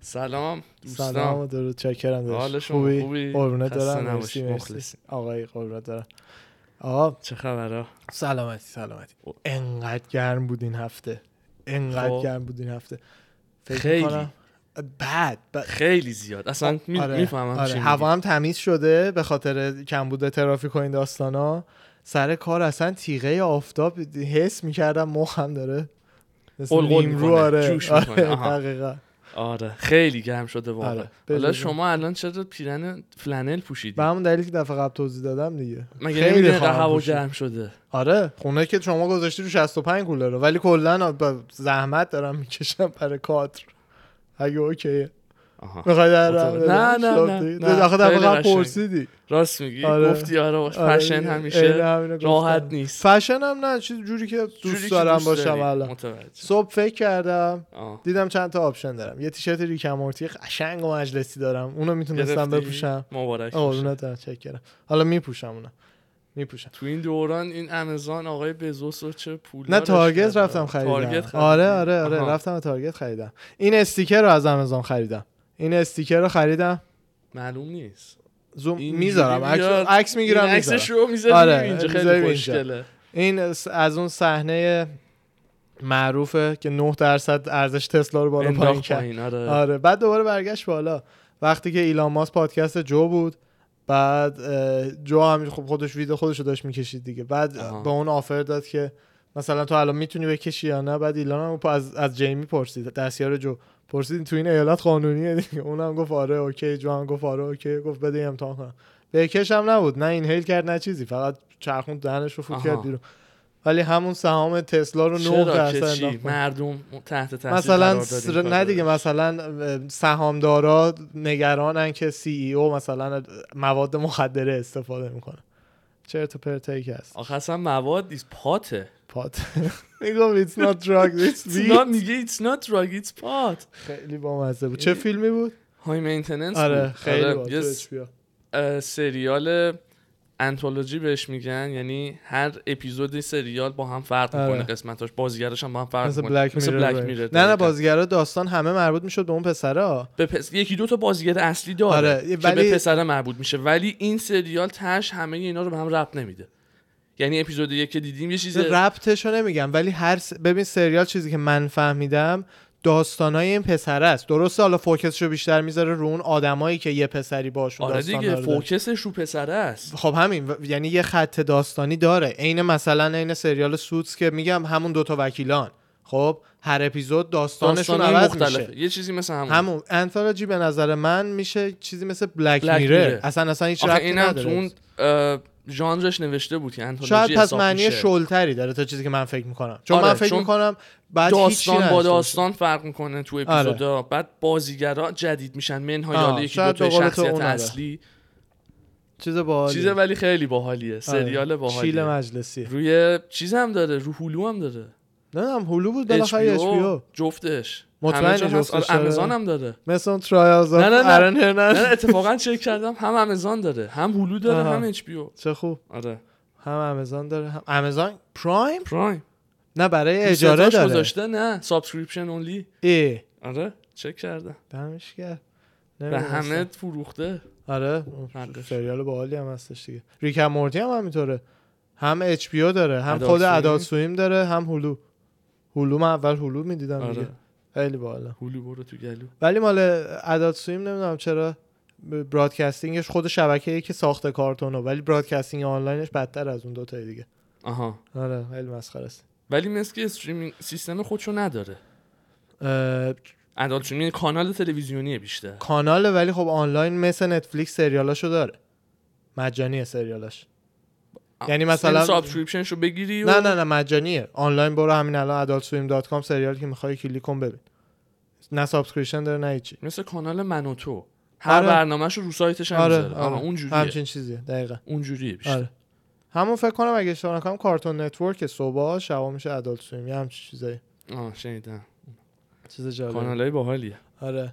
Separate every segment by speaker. Speaker 1: سلام دوستان
Speaker 2: سلام و درود چکرم داشت
Speaker 1: حال شما
Speaker 2: خوبی
Speaker 1: خوبی؟
Speaker 2: قربونت
Speaker 1: خسته
Speaker 2: دارم
Speaker 1: نباشی،
Speaker 2: مرسی مرسی
Speaker 1: مخلصی.
Speaker 2: آقای قربونت دارم آقا
Speaker 1: چه خبره
Speaker 2: سلامتی سلامتی
Speaker 1: او.
Speaker 2: انقدر گرم بود این هفته انقدر
Speaker 1: خب.
Speaker 2: گرم بود این هفته فکر
Speaker 1: خیلی.
Speaker 2: می‌کنم- بد بد
Speaker 1: خیلی زیاد اصلا می-
Speaker 2: آره،
Speaker 1: میفهمم
Speaker 2: آره.
Speaker 1: چی میگی.
Speaker 2: هوا هم تمیز شده به خاطر کمبود ترافیک و این داستانا سر کار اصلا تیغه آفتاب حس میکردم مخم داره مثل
Speaker 1: قلقل
Speaker 2: نیمرو،
Speaker 1: می‌کنه،
Speaker 2: آره
Speaker 1: جوش می‌کنه،
Speaker 2: آره،
Speaker 1: آها.
Speaker 2: دقیقاً.
Speaker 1: آره خیلی گرم شده واقعا
Speaker 2: آره، به
Speaker 1: حالا
Speaker 2: جز این.
Speaker 1: شما الان چرا پیرن فلنل پوشیدی
Speaker 2: به همون دلیل که دفعه قبل توضیح دادم دیگه
Speaker 1: مگه نمیدونی
Speaker 2: خواهم
Speaker 1: هوا
Speaker 2: پوشید.
Speaker 1: گرم شده
Speaker 2: آره خونه که شما گذاشتی رو 65 کولر رو ولی کلا با زحمت دارم میکشم برای کادر اگه اوکیه
Speaker 1: آها
Speaker 2: میخوای در
Speaker 1: متوجه.
Speaker 2: رم
Speaker 1: نه، نه،
Speaker 2: شاب
Speaker 1: نه،
Speaker 2: دیگه.
Speaker 1: نه.
Speaker 2: آخه دفعه
Speaker 1: خیلی
Speaker 2: قبل
Speaker 1: قشنگ.
Speaker 2: پرسیدی
Speaker 1: راست میگی
Speaker 2: آره.
Speaker 1: گفتی آره
Speaker 2: آره،
Speaker 1: فشن
Speaker 2: دیگه.
Speaker 1: همیشه
Speaker 2: عین همینو گفتم.
Speaker 1: راحت نیست
Speaker 2: فشن هم نه چیز جوری که
Speaker 1: جوری که
Speaker 2: دوست دارم
Speaker 1: دوست
Speaker 2: باشم
Speaker 1: داری.
Speaker 2: الان
Speaker 1: متوجه
Speaker 2: صبح فکر کردم
Speaker 1: آه.
Speaker 2: دیدم چند تا آپشن دارم یه تیشرت ریکمورتی قشنگ و مجلسی دارم اونو میتونستم
Speaker 1: گرفتی؟
Speaker 2: بپوشم
Speaker 1: مبارک باشه.
Speaker 2: قربونت برم، چک کردم حالا میپوشم اونم میپوشم
Speaker 1: تو این دوران این امازون آقای بزوس رو چه پول
Speaker 2: نه تارگت رفتم خریدم آره آره آره رفتم تارگت خریدم این استیکر رو از آمازون خریدم این استیکر رو خریدم
Speaker 1: معلوم نیست
Speaker 2: زوم
Speaker 1: این
Speaker 2: میذارم
Speaker 1: جوری
Speaker 2: عکس
Speaker 1: بیاد،
Speaker 2: عکس میگیرم
Speaker 1: این عکسش
Speaker 2: میذارم
Speaker 1: رو میذاری
Speaker 2: آره،
Speaker 1: اینجا
Speaker 2: می‌ذاری
Speaker 1: خیلی
Speaker 2: اینجا.
Speaker 1: خوشگله
Speaker 2: این س- از اون صحنه معروفه که 9 درصد ارزش تسلا رو بالا پایین
Speaker 1: انداخت
Speaker 2: کرد
Speaker 1: پایین آره
Speaker 2: آره بعد دوباره برگشت بالا وقتی که ایلان ماس پادکست جو بود بعد اه، جو هم خب خودش ویدیو خودش رو داشت میکشید دیگه بعد
Speaker 1: آها.
Speaker 2: به اون آفر داد که مثلا تو الان میتونی بکشی یا نه بعد ایلان هم از, از جیمی پرسید دستیار جو پرسید تو این ایالت قانونیه دیگه اونم گفت آره اوکی جو هم گفت آره اوکی گفت بده امتحان کنم بکش هم نبود نه اینهیل کرد نه چیزی فقط چرخون دهنش رو فوت
Speaker 1: آها.
Speaker 2: کرد بیرون ولی همون سهام تسلا رو 9
Speaker 1: چرا که
Speaker 2: درصد
Speaker 1: چی؟
Speaker 2: انداخت.
Speaker 1: مردم تحت تاثیر
Speaker 2: مثلا
Speaker 1: قرار دادیم
Speaker 2: سر- نه دیگه مثلا سهامدارا نگرانن که سی ای او مثلا از مواد مخدره استفاده میکنه چرت و پرتایی که هست
Speaker 1: آخه اصلا مواد نیست پاته
Speaker 2: پات میگم it's not drug it's
Speaker 1: It's
Speaker 2: weed
Speaker 1: not- میگه it's not drug it's pot
Speaker 2: خیلی بامزه بود چه فیلمی بود
Speaker 1: های مینتننس
Speaker 2: آره خیلی بود
Speaker 1: یه س- اه، سریال انتولوژی بهش میگن یعنی هر اپیزود سریال با هم فرق
Speaker 2: آره.
Speaker 1: میکنه قسمتاش بازیگرش هم با هم فرق
Speaker 2: مثل
Speaker 1: میکنه
Speaker 2: بلک میرر نه نه بازیگرا داستان همه مربوط میشد به اون پسرا
Speaker 1: به پس... یکی دو تا بازیگر اصلی داره
Speaker 2: آره،
Speaker 1: که
Speaker 2: ولی-
Speaker 1: به پسر مربوط میشه ولی این سریال تش همه اینا رو به هم ربط نمیده یعنی اپیزود یک که دیدیم یه چیز
Speaker 2: ربطش رو نمیگم ولی هر س... ببین سریال چیزی که من فهمیدم داستانای این پسر است درسته حالا فوکسشو بیشتر میذاره رو اون آدمایی که یه پسری باشون
Speaker 1: آره
Speaker 2: داستانا
Speaker 1: دیگه
Speaker 2: رو داره.
Speaker 1: فوکسش رو پسره است
Speaker 2: خب همین و- یعنی یه خط داستانی داره عین مثلا عین سریال سوتس که میگم همون دوتا وکیلان خب هر اپیزود داستانشون
Speaker 1: داستان‌های
Speaker 2: عوض
Speaker 1: مختلفه.
Speaker 2: میشه
Speaker 1: یه چیزی مثل همون,
Speaker 2: همون انثولوژی به نظر من میشه چیزی مثل بلک,
Speaker 1: بلک میرر.
Speaker 2: میره اصلا اصلا هیچ
Speaker 1: آخه
Speaker 2: ربطی
Speaker 1: اینم
Speaker 2: نداره
Speaker 1: تو اون اه، ژانرش نوشته بود که انتولوژی
Speaker 2: شاید پس
Speaker 1: حساب
Speaker 2: معنی
Speaker 1: میشه.
Speaker 2: شلتری داره تا چیزی که من فکر میکنم چون
Speaker 1: آره،
Speaker 2: من فکر
Speaker 1: چون
Speaker 2: میکنم بعد هیچی
Speaker 1: داستان با
Speaker 2: نداشته باشه. آره.
Speaker 1: داستان فرق میکنه تو اپیزودا بعد بازیگرا جدید میشن منهای
Speaker 2: آه،
Speaker 1: حالا یکی دو
Speaker 2: شاید
Speaker 1: تا
Speaker 2: به قول تو
Speaker 1: شخصیت
Speaker 2: اون آره.
Speaker 1: اصلی
Speaker 2: چیز با
Speaker 1: چیزه ولی خیلی باحالیه سریال
Speaker 2: آره. شیل
Speaker 1: باحالیه
Speaker 2: مجلسی
Speaker 1: روی چیز هم داره رو هلو هم داره
Speaker 2: نه نه هلو بود بالاخره اچ
Speaker 1: جفتش
Speaker 2: مطمئنی
Speaker 1: همه جا هست.
Speaker 2: جفتش
Speaker 1: آره،
Speaker 2: داره؟
Speaker 1: امازون هم داره
Speaker 2: مثل اون ترایاز
Speaker 1: نه، نه، نه. نه نه،
Speaker 2: نه
Speaker 1: اتفاقا چک کردم هم امازون داره هم هلو داره
Speaker 2: آها.
Speaker 1: هم اچ او
Speaker 2: چه خوب
Speaker 1: آره
Speaker 2: هم امازون داره هم امازون پرایم
Speaker 1: پرایم
Speaker 2: نه برای اجاره
Speaker 1: دوستاش
Speaker 2: داره
Speaker 1: گذاشته نه سابسکریپشن اونلی
Speaker 2: ای
Speaker 1: آره چک کردم
Speaker 2: دمش گرم
Speaker 1: به
Speaker 2: نمی‌دونستم.
Speaker 1: همه فروخته
Speaker 2: آره
Speaker 1: حقش.
Speaker 2: سریال باحالی هم هستش دیگه ریک اند مورتی هم همینطوره هم اچ داره هم
Speaker 1: Adult
Speaker 2: خود
Speaker 1: Swim.
Speaker 2: ادالت سویم داره هم هلو هلو من اول هلو میدیدم دیگه
Speaker 1: آره
Speaker 2: خیلی باحاله
Speaker 1: هلو برو تو گلو
Speaker 2: ولی مال ادالت سویم نمیدونم چرا ب- برادکستینگش خود شبکه که ساخته کارتونو ولی برادکستینگ آنلاینش بدتر از اون دوتای دیگه
Speaker 1: آها
Speaker 2: آره خیلی مسخره است
Speaker 1: ولی مثل که استریمینگ سیستم خودشو نداره
Speaker 2: اه،
Speaker 1: ادالت سویم یعنی کانال تلویزیونیه بیشتر
Speaker 2: کاناله ولی خب آنلاین مثل نتفلیکس سریالاشو داره مجانیه سریالاش یعنی مثلا-
Speaker 1: سابسکریپشنشو بگیری و
Speaker 2: نه نه نه مجانیه آنلاین برو همین الان adultswim.com سریال که میخوای کلیک کن ببین نه سابسکریپشن داره نه هیچی
Speaker 1: مثل کانال من و تو هر
Speaker 2: آره.
Speaker 1: برنامهش رو رو سایتش هم
Speaker 2: آره
Speaker 1: میذاره. آها،
Speaker 2: آره
Speaker 1: اونجوریه
Speaker 2: همچین چیزیه دقیقا
Speaker 1: اونجوریه بیشتر
Speaker 2: آره همون فکر کنم اگه اشتباه نکنم کارتون نتورک صبح شبا میشه ادالت سویم یه همچین چیزایی
Speaker 1: آه
Speaker 2: آره.
Speaker 1: شنیدم
Speaker 2: چیز جالب
Speaker 1: کانالای باحالیه
Speaker 2: آره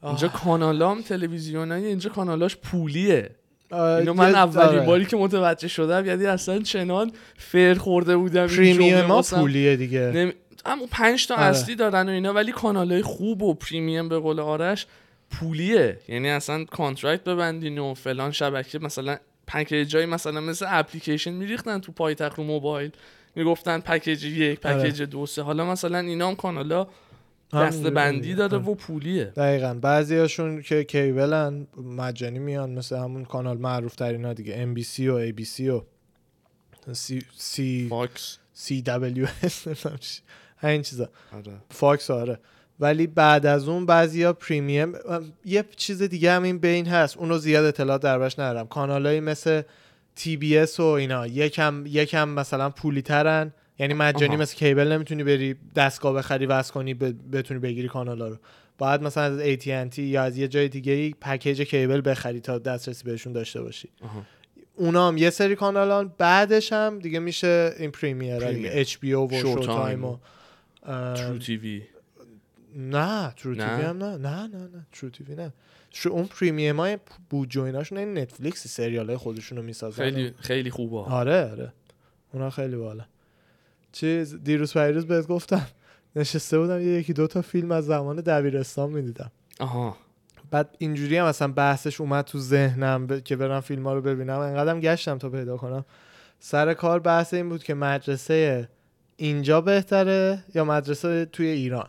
Speaker 2: آه.
Speaker 1: اینجا کانالام تلویزیونای اینجا کانالاش پولیه
Speaker 2: آه،
Speaker 1: اینو من
Speaker 2: یه-
Speaker 1: اولین
Speaker 2: آره.
Speaker 1: باری که متوجه شدم یعنی اصلا چنان فر خورده بودم این جمله
Speaker 2: پریمیوم ها
Speaker 1: واسم.
Speaker 2: پولیه دیگه
Speaker 1: نمی... اما پنج تا
Speaker 2: آره.
Speaker 1: اصلی دارن و اینا ولی کانالهای خوب و پریمیم به قول آرش پولیه یعنی اصلا کانترکت ببندین و فلان شبکه مثلا پکیج های مثلا مثل اپلیکیشن میریختن تو پایتخت رو موبایل میگفتن پکیج یک
Speaker 2: آره.
Speaker 1: پکیج دو سه حالا مثلا اینا هم کانالا
Speaker 2: همینجوری
Speaker 1: دسته بندی
Speaker 2: دیگه. آره.
Speaker 1: داره و پولیه
Speaker 2: دقیقا بعضیاشون که کیبلن مجانی میان مثل همون کانال معروف ترین ها دیگه ام بی سی و ABC و سی سی
Speaker 1: فاکس
Speaker 2: سی دبلیو همین چیزا
Speaker 1: آره
Speaker 2: فاکس آره ولی بعد از اون بعضیا پریمیم یه چیز دیگه هم این بین هست اونو زیاد اطلاع دربش ندارم کانالایی مثل تی بی اس و اینا یکم یکم مثلا پولی ترن یعنی مجانی
Speaker 1: آها.
Speaker 2: مثل کیبل نمیتونی بری دستگاه بخری وصل کنی ب- بتونی بگیری کانالا رو باید مثلا از AT&T یا از یه جای دیگه ای پکیج کیبل بخری تا دسترسی بهشون داشته باشی
Speaker 1: آها.
Speaker 2: اونا هم یه سری کانالان بعدش هم دیگه میشه این پریمیر, یعنی
Speaker 1: پریمیر.
Speaker 2: اچ HBO و
Speaker 1: شوتایم
Speaker 2: شوتایم و اه،
Speaker 1: ترو تیوی
Speaker 2: آره. نه ترو
Speaker 1: نه؟
Speaker 2: تیوی هم نه نه نه نه ترو تیوی نه شو اون پریمیم های بوجو ایناشون این نتفلیکس سریال های خودشون رو میسازن
Speaker 1: خیلی خیلی خوبه
Speaker 2: آره آره اونا خیلی بالا چیز دیروز پریروز بهت گفتم نشسته بودم یه یکی دوتا فیلم از زمان دبیرستان میدیدم
Speaker 1: آها
Speaker 2: بعد اینجوری هم اصلا بحثش اومد تو ذهنم ب... که برم فیلم ها رو ببینم انقدرم گشتم تا پیدا کنم سر کار بحث این بود که مدرسه اینجا بهتره یا مدرسه توی ایران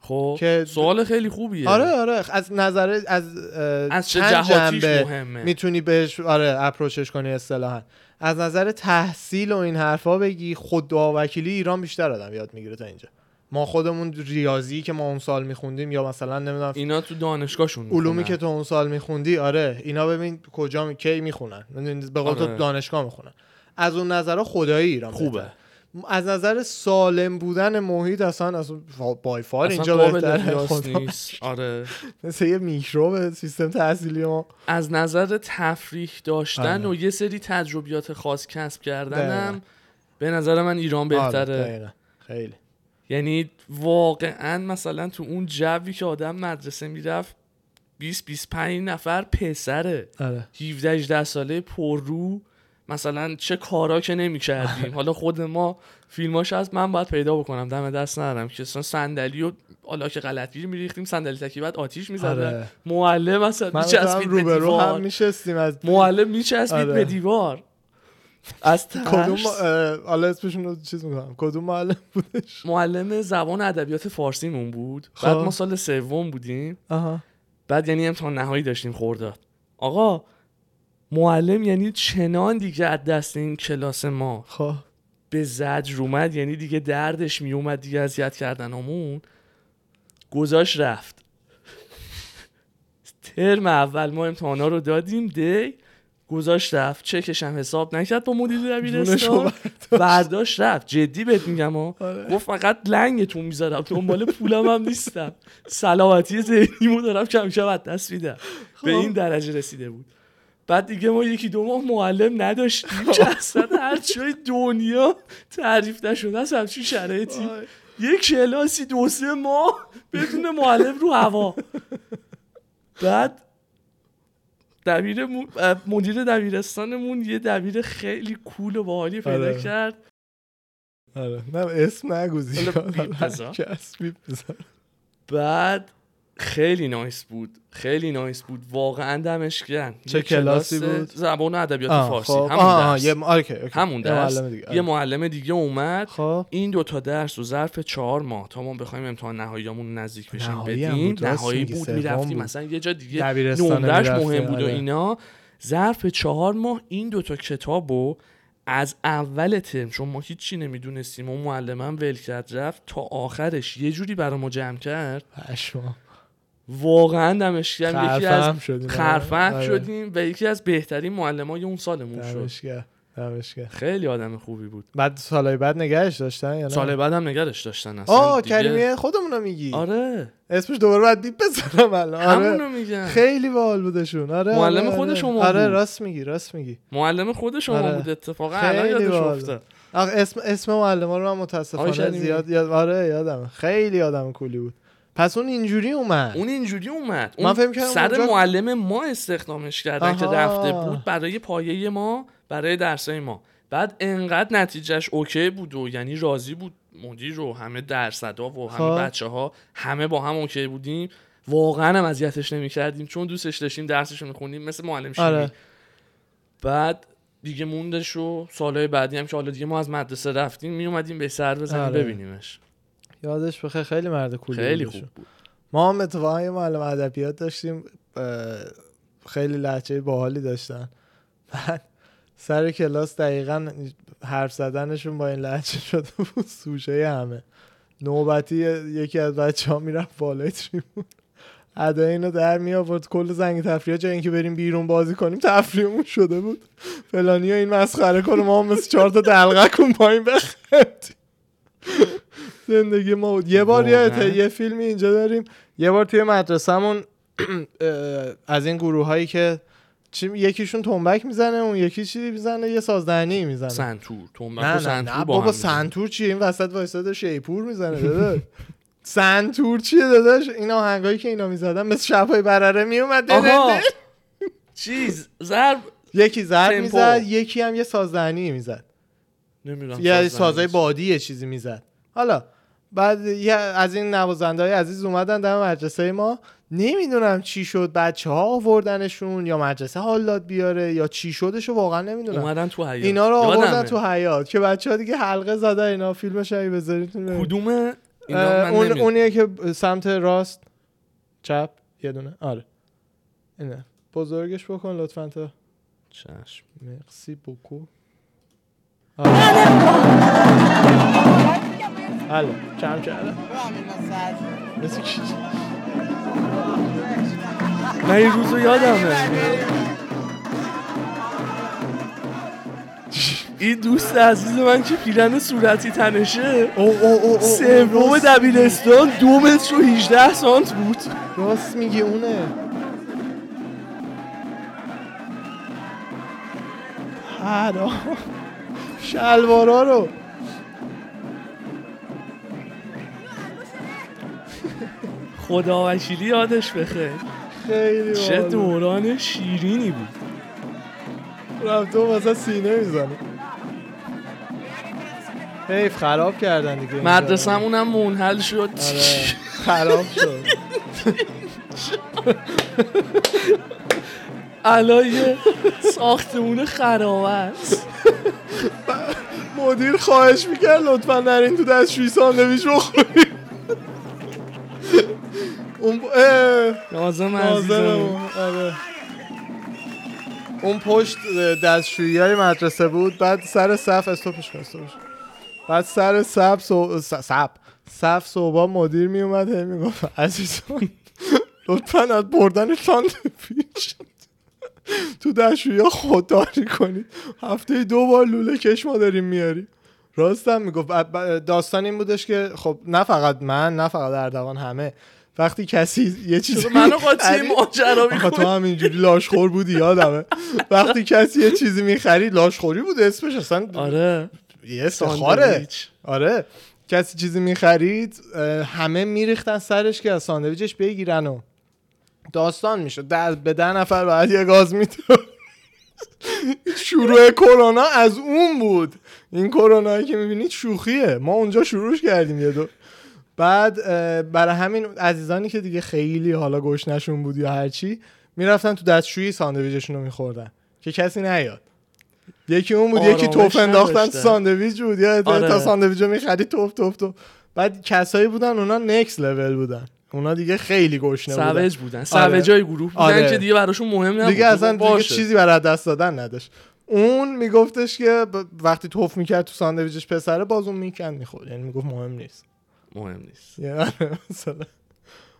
Speaker 1: خب
Speaker 2: که-
Speaker 1: سوال خیلی خوبیه
Speaker 2: آره آره از نظر از اه،
Speaker 1: یعنی. از چه
Speaker 2: چند
Speaker 1: جهاتیش
Speaker 2: جنبه
Speaker 1: مهمه
Speaker 2: میتونی بهش آره اپروچش کنی اصطلاحا از نظر تحصیل و این حرفا بگی خود دعاوکیلی ایران بیشتر آدم یاد میگیره تا اینجا ما خودمون ریاضی که ما اون سال میخوندیم یا مثلا نمیدونم
Speaker 1: اینا تو دانشگاهشون
Speaker 2: علومی
Speaker 1: می‌خونن.
Speaker 2: که تو اون سال میخوندی آره اینا ببین کجا می... کی میخونن به قول
Speaker 1: آره.
Speaker 2: تو دانشگاه میخونن از اون نظر خدایی ایران
Speaker 1: خوبه
Speaker 2: بهتره. از نظر سالم بودن محیط اصلا از بایفار
Speaker 1: اصلا
Speaker 2: آره، اینجا
Speaker 1: قابل
Speaker 2: بهتره
Speaker 1: قیاس
Speaker 2: خدا.
Speaker 1: نیست آره
Speaker 2: مثل یه میکروب سیستم تحصیلی ما
Speaker 1: از نظر تفریح داشتن
Speaker 2: آره.
Speaker 1: و یه سری تجربیات خاص کسب کردنم
Speaker 2: دقیقا.
Speaker 1: به نظر من ایران بهتره
Speaker 2: آره، دقیقاً. خیلی
Speaker 1: یعنی واقعا مثلا تو اون جوی که آدم مدرسه میرفت 20 25 نفر پسره
Speaker 2: آره
Speaker 1: 17 18 ساله پررو مثلا چه کارا که نمیکردیم حالا خود ما فیلماش هست من باید پیدا بکنم دم دست ندارم که اصلا صندلی و حالا که غلطگیر میریختیم صندلی تکی بعد آتیش میزدن
Speaker 2: آره.
Speaker 1: معلم مثلا
Speaker 2: من هم
Speaker 1: میچسبید به
Speaker 2: روبرو هم
Speaker 1: دیوار
Speaker 2: میشستیم از
Speaker 1: معلم میچسبید
Speaker 2: آره.
Speaker 1: به دیوار از
Speaker 2: کدوم
Speaker 1: ترس
Speaker 2: ما- اه، حالا اسمشون رو چیز میکنم کدوم معلم بودش
Speaker 1: معلم زبان ادبیات فارسیمون بود بعد
Speaker 2: خب.
Speaker 1: ما سال سوم بودیم
Speaker 2: آها
Speaker 1: بعد یعنی امتحان نهایی داشتیم خورداد آقا معلم یعنی چنان دیگه از دست این کلاس ما
Speaker 2: خب
Speaker 1: به زجر اومد یعنی دیگه دردش می اومد دیگه اذیت کردن همون گذاش رفت ترم اول ما امتحانا رو دادیم دی گذاش رفت چکش هم حساب نکرد با مدیر
Speaker 2: رو
Speaker 1: دبیرستان برداشت رفت جدی بهت میگم ها گفت فقط لنگتون میذارم دنبال پولم هم نیستم سلامتی ذهنیمو دارم کم کم از دست میدم به این درجه رسیده بود بعد دیگه ما یکی دو ماه معلم نداشتیم
Speaker 2: خب.
Speaker 1: که اصلا هر جای دنیا تعریف نشده از همچین شرایطی
Speaker 2: وای.
Speaker 1: یک کلاسی دو سه ماه بدون معلم رو هوا بعد دبیر مو- اه، مدیر دبیرستانمون یه دبیر خیلی کول و باحالی پیدا
Speaker 2: آره.
Speaker 1: کرد
Speaker 2: آره نه اسم نگو زیاد.
Speaker 1: حالا بیپ بزن.
Speaker 2: کس بیپ بزن.
Speaker 1: بعد خیلی نایس بود خیلی نایس بود واقعا دمش گرم
Speaker 2: چه
Speaker 1: یه
Speaker 2: کلاسی
Speaker 1: کلاس
Speaker 2: بود؟
Speaker 1: زبان و ادبیات
Speaker 2: آه،
Speaker 1: فارسی
Speaker 2: خب.
Speaker 1: همون
Speaker 2: آه، آه،
Speaker 1: درس.
Speaker 2: یه م- اوکی، اوکی.
Speaker 1: همون
Speaker 2: یه
Speaker 1: درس
Speaker 2: معلم دیگه. آره.
Speaker 1: یه معلم دیگه اومد
Speaker 2: خب
Speaker 1: این دوتا درس رو ظرف چهار ماه تا ما بخوایم امتحان نهاییامون نزدیک بشیم
Speaker 2: نهایی هم
Speaker 1: بدیم
Speaker 2: بود، راست
Speaker 1: نهایی
Speaker 2: میگی،
Speaker 1: بود
Speaker 2: سوم
Speaker 1: میرفتیم
Speaker 2: بود.
Speaker 1: مثلا یه جا دیگه
Speaker 2: دبیرستان
Speaker 1: نمرش
Speaker 2: می‌رفتیم،
Speaker 1: مهم بود و
Speaker 2: آره.
Speaker 1: اینا ظرف چهار ماه این دوتا کتاب رو از اول ترم چون ما هیچی نمیدونستیم اون معلمم ول کرد رفت تا آخرش یه جوری برای ما جمع کرد
Speaker 2: پشما
Speaker 1: واقعا دمش گرم یکی از
Speaker 2: خرفم شدیم آره.
Speaker 1: خرفن شدیم و یکی از بهترین معلمای اون سالمون شد
Speaker 2: دمشگه دمشگه
Speaker 1: خیلی آدم خوبی بود
Speaker 2: بعد سالهای بعد نگهش داشتن یا نه
Speaker 1: سال بعدم نگرش داشتن اصلا
Speaker 2: آه
Speaker 1: دیگه-
Speaker 2: کلمه خودمون رو میگی
Speaker 1: آره
Speaker 2: اسمش دوباره باید بیپ بزنم الان آره
Speaker 1: همونو میگن
Speaker 2: خیلی باحال بودشون آره
Speaker 1: معلم
Speaker 2: آره، آره.
Speaker 1: خود شما
Speaker 2: آره
Speaker 1: بود.
Speaker 2: راست میگی راست میگی
Speaker 1: معلم خود شما
Speaker 2: آره.
Speaker 1: بود اتفاقا
Speaker 2: خیلی
Speaker 1: الان یادش
Speaker 2: باحال.
Speaker 1: افتاد
Speaker 2: آخ اسم اسم معلم رو من
Speaker 1: آقای
Speaker 2: متاسفانه
Speaker 1: شریمی.
Speaker 2: زیاد یاد آره یادم خیلی آدم کولی بود پس اون اینجوری اومد
Speaker 1: اون اینجوری اومد
Speaker 2: من
Speaker 1: اون
Speaker 2: فکر کردم
Speaker 1: سر
Speaker 2: اونجا-
Speaker 1: معلم ما استخدامش کردن که
Speaker 2: آها.
Speaker 1: رفته بود برای پایه ما برای درسای ما بعد انقدر نتیجهش اوکی بود و یعنی راضی بود مدیر و همه درصدا و همه
Speaker 2: خب.
Speaker 1: بچه ها همه با هم اوکی بودیم واقعا هم اذیتش نمیکردیم چون دوستش داشتیم درسش رو میخوندیم مثل معلم شیمی
Speaker 2: آره.
Speaker 1: بعد دیگه موندش و سالهای بعدی هم که حالا دیگه ما از مدرسه رفتیم میومدیم به سر بزنیم
Speaker 2: آره.
Speaker 1: ببینیمش
Speaker 2: یادش بخیر خیلی مرد کولی
Speaker 1: خیلی
Speaker 2: بودش.
Speaker 1: خوب بود
Speaker 2: ما هم اتفاقا یه معلم ادبیات داشتیم اه، خیلی لحجه باحالی داشتن بعد سر کلاس دقیقا حرف زدنشون با این لحجه شده بود سوشه همه نوبتی یکی از بچه ها میرفت بالای تریبون ادای اینو در می آورد کل زنگ تفریح جای اینکه بریم بیرون بازی کنیم تفریحمون شده بود فلانی ها این مسخره کنه ما هم مثل چهار تا دلغه کن پایین بخندیم زندگی ما بود یه بار
Speaker 1: واقعاً؟
Speaker 2: یه, یه فیلمی اینجا داریم یه بار توی مدرسهمون اه، از این گروه هایی که چی می- یکیشون تنبک میزنه اون یکی چی میزنه یه سازدهنی میزنه
Speaker 1: سنتور تنبک و
Speaker 2: نه نه
Speaker 1: سنتور
Speaker 2: نه
Speaker 1: با هم
Speaker 2: بابا
Speaker 1: می‌زدیم.
Speaker 2: سنتور چیه این وسط وایساده شیپور میزنه داداش سنتور چیه داداش این آهنگایی که اینا میزدن مثل شبهای برره میومد
Speaker 1: آها چیز ضرب
Speaker 2: یکی ضرب
Speaker 1: تمپو.
Speaker 2: میزد یکی هم یه سازدهنی میزد
Speaker 1: نمیدونم
Speaker 2: یه سازای بادی یه چیزی میزد حالا بعد یه از این نوازنده های عزیز اومدن در مدرسه ما نمیدونم چی شد بچه ها آوردنشون یا مدرسه حال داد بیاره یا چی شدش رو واقعا نمیدونم
Speaker 1: اومدن تو حیاط
Speaker 2: اینا رو آوردن
Speaker 1: یادمه.
Speaker 2: تو حیات که بچه ها دیگه حلقه زدن اینا فیلمش اگه بذارید می‌بینید.
Speaker 1: کدومه اینا
Speaker 2: اه،
Speaker 1: من
Speaker 2: اون
Speaker 1: نمی‌دونم.
Speaker 2: اونیه که سمت راست چپ یه دونه آره اینه بزرگش بکن لطفا تا
Speaker 1: چشم
Speaker 2: مرسی بوکو آره الو بله، کم کردم مثل کی-
Speaker 1: من این روز رو یادمه این دوست عزیز من که پیرن صورتی تنشه
Speaker 2: او او او او
Speaker 1: سوم
Speaker 2: راست-
Speaker 1: دبیرستان دو متر و 18 سانت بود
Speaker 2: راست میگی اونه هرا شلوارا رو
Speaker 1: خدا وکیلی یادش بخیر
Speaker 2: خیلی
Speaker 1: چه
Speaker 2: باحال.
Speaker 1: دوران شیرینی بود
Speaker 2: رفته و وسط سینه میزنه حیف خراب کردن دیگه اینجا.
Speaker 1: مدرسمون هم منحل شد
Speaker 2: آره، خراب شد
Speaker 1: علای ساختمون خراوت
Speaker 2: مدیر خواهش میکرد لطفا نرین تو دستشویی ساندویچ بخوری اون ب- اه،
Speaker 1: نازم عزیزم
Speaker 2: لازممون، آره. اون پشت دستشویی های مدرسه بود بعد سر صف استوپش کن استوپش کن. بعد سر صف سو... س- صف صف صبح مدیر می اومد هی میگفت عزیزان لطفا از بردن ساندویچ تو دستشویی ها خودداری کنید هفته دو بار لوله کش ما داریم میاریم راستم میگفت ب- ب- داستان این بودش که خب نه فقط من نه فقط اردوان همه وقتی کسی یه چیز
Speaker 1: منو قاطی
Speaker 2: می‌خرید-
Speaker 1: ماجرا
Speaker 2: آخه تو
Speaker 1: میکنه
Speaker 2: هم اینجوری لاشخور بودی یادمه وقتی کسی یه چیزی میخرید لاشخوری بود اسمش اصلا
Speaker 1: آره
Speaker 2: یه افتخاره آره کسی چیزی میخرید همه میریختن سرش که از ساندویچش بگیرن و داستان میشه در به ده نفر باید یه گاز میده شروع کرونا از اون بود این کرونایی که میبینید شوخیه ما اونجا شروعش کردیم یه دو بعد اه، برای همین عزیزانی که دیگه خیلی حالا گشنشون بود یا هرچی میرفتن تو دستشویی ساندویچشون رو میخوردن که کسی نیاد یکی اون بود یکی
Speaker 1: آرامش
Speaker 2: توف انداختن تو
Speaker 1: نداشتن.
Speaker 2: ساندویچ بود یا
Speaker 1: آره.
Speaker 2: تا ساندویچ رو میخری توف توف توف بعد کسایی بودن اونا نکس لول بودن اونا دیگه خیلی گشنه بودن
Speaker 1: سوج بودن سوج های گروه بودن
Speaker 2: آره.
Speaker 1: که دیگه براشون مهم نبود
Speaker 2: دیگه اصلا دیگه
Speaker 1: باشه.
Speaker 2: چیزی برای از دست دادن نداشت اون میگفتش که ب- وقتی توف میکرد تو ساندویچش پسره باز اون میکند میخورد یعنی میگفت مهم نیست
Speaker 1: مهم نیست
Speaker 2: یعنی مثلا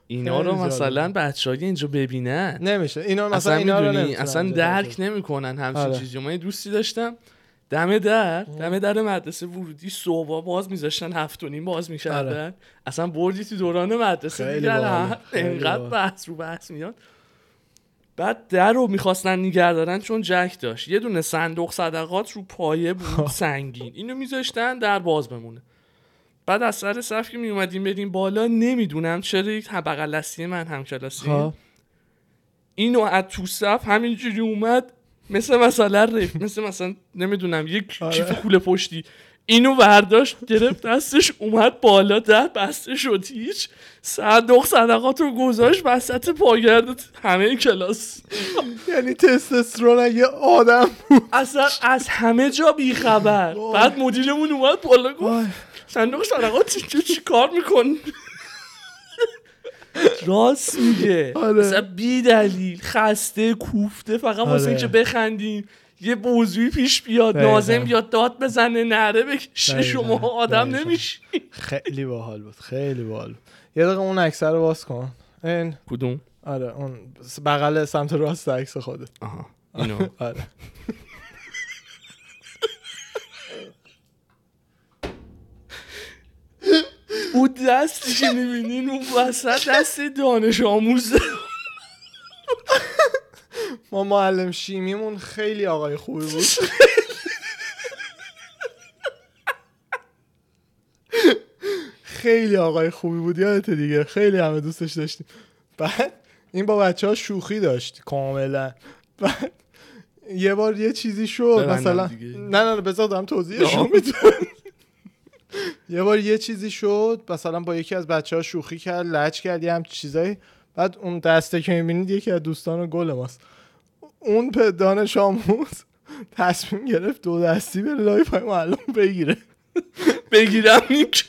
Speaker 1: اینا
Speaker 2: خیلی
Speaker 1: رو
Speaker 2: جالب.
Speaker 1: مثلا بچه اینجا ببینن
Speaker 2: نمیشه اینا مثلا
Speaker 1: اصلا
Speaker 2: اینا رو
Speaker 1: میدونی
Speaker 2: نمیتونن
Speaker 1: اصلا
Speaker 2: جلو
Speaker 1: درک
Speaker 2: بزنن.
Speaker 1: نمیکنن همچین
Speaker 2: آره.
Speaker 1: چیزی من یه دوستی داشتم دم در دم در مدرسه ورودی صبح باز میذاشتن هفت و نیم باز میکردن
Speaker 2: آره.
Speaker 1: اصلا بردی تو دوران مدرسه
Speaker 2: خیلی
Speaker 1: دیگه
Speaker 2: باحاله.
Speaker 1: الان
Speaker 2: خیلی
Speaker 1: انقدر
Speaker 2: باحال.
Speaker 1: بحث رو بحث میاد بعد در رو میخواستن نگردارن چون جک داشت یه دونه صندوق صدقات رو پایه بود
Speaker 2: خب.
Speaker 1: سنگین اینو میذاشتن در باز بمونه بعد از سر صف که میومدیم بریم بالا نمیدونم چرا یک بغل دستی من هم
Speaker 2: ها.
Speaker 1: اینو از تو صف همینجوری اومد مثل مثلا ریف مثل مثلا نمیدونم یک
Speaker 2: آره.
Speaker 1: کیف کوله پشتی اینو برداشت گرفت دستش اومد بالا در بسته شد هیچ صندوق صدقات رو گذاشت وسط پاگرد همه کلاس
Speaker 2: یعنی تستسترون اگه آدم بود
Speaker 1: اصلا از همه جا بیخبر بعد مدیرمون اومد بالا گفت صندوق صدقات چی, چی کار میکن راست میگه
Speaker 2: آره.
Speaker 1: مثلا بی دلیل خسته کوفته فقط
Speaker 2: آره.
Speaker 1: واسه اینکه بخندیم یه موضوعی پیش بیاد
Speaker 2: دقیقاً.
Speaker 1: نازم بیاد داد بزنه نره
Speaker 2: دقیقاً.
Speaker 1: بکشه شما آدم
Speaker 2: دقیقاً.
Speaker 1: نمیشی
Speaker 2: خیلی باحال بود خیلی باحال بود. یه دقیقه اون عکسه رو باز کن این
Speaker 1: کدوم
Speaker 2: آره اون بغل سمت راست عکس خودت
Speaker 1: آها اینو
Speaker 2: آره
Speaker 1: اون دستی که میبینین اون وسط دست دانش آموز
Speaker 2: ما معلم شیمیمون خیلی آقای خوبی بود خیلی آقای خوبی بود یادت دیگه خیلی همه دوستش داشتیم بعد این با بچه ها شوخی داشت کاملا بعد یه بار یه چیزی شد
Speaker 1: ببندم
Speaker 2: مثلا
Speaker 1: دیگه.
Speaker 2: نه نه نه بذار دارم توضیحش
Speaker 1: آه.
Speaker 2: رو می‌دم. یه بار یه چیزی شد مثلا با یکی از بچه ها شوخی کرد لج کرد یه هم چیزایی بعد اون دسته که میبینید یکی از دوستان گل ماست اون به دانش آموز تصمیم گرفت دو دستی به لایف های معلوم بگیره
Speaker 1: بگیرم نیک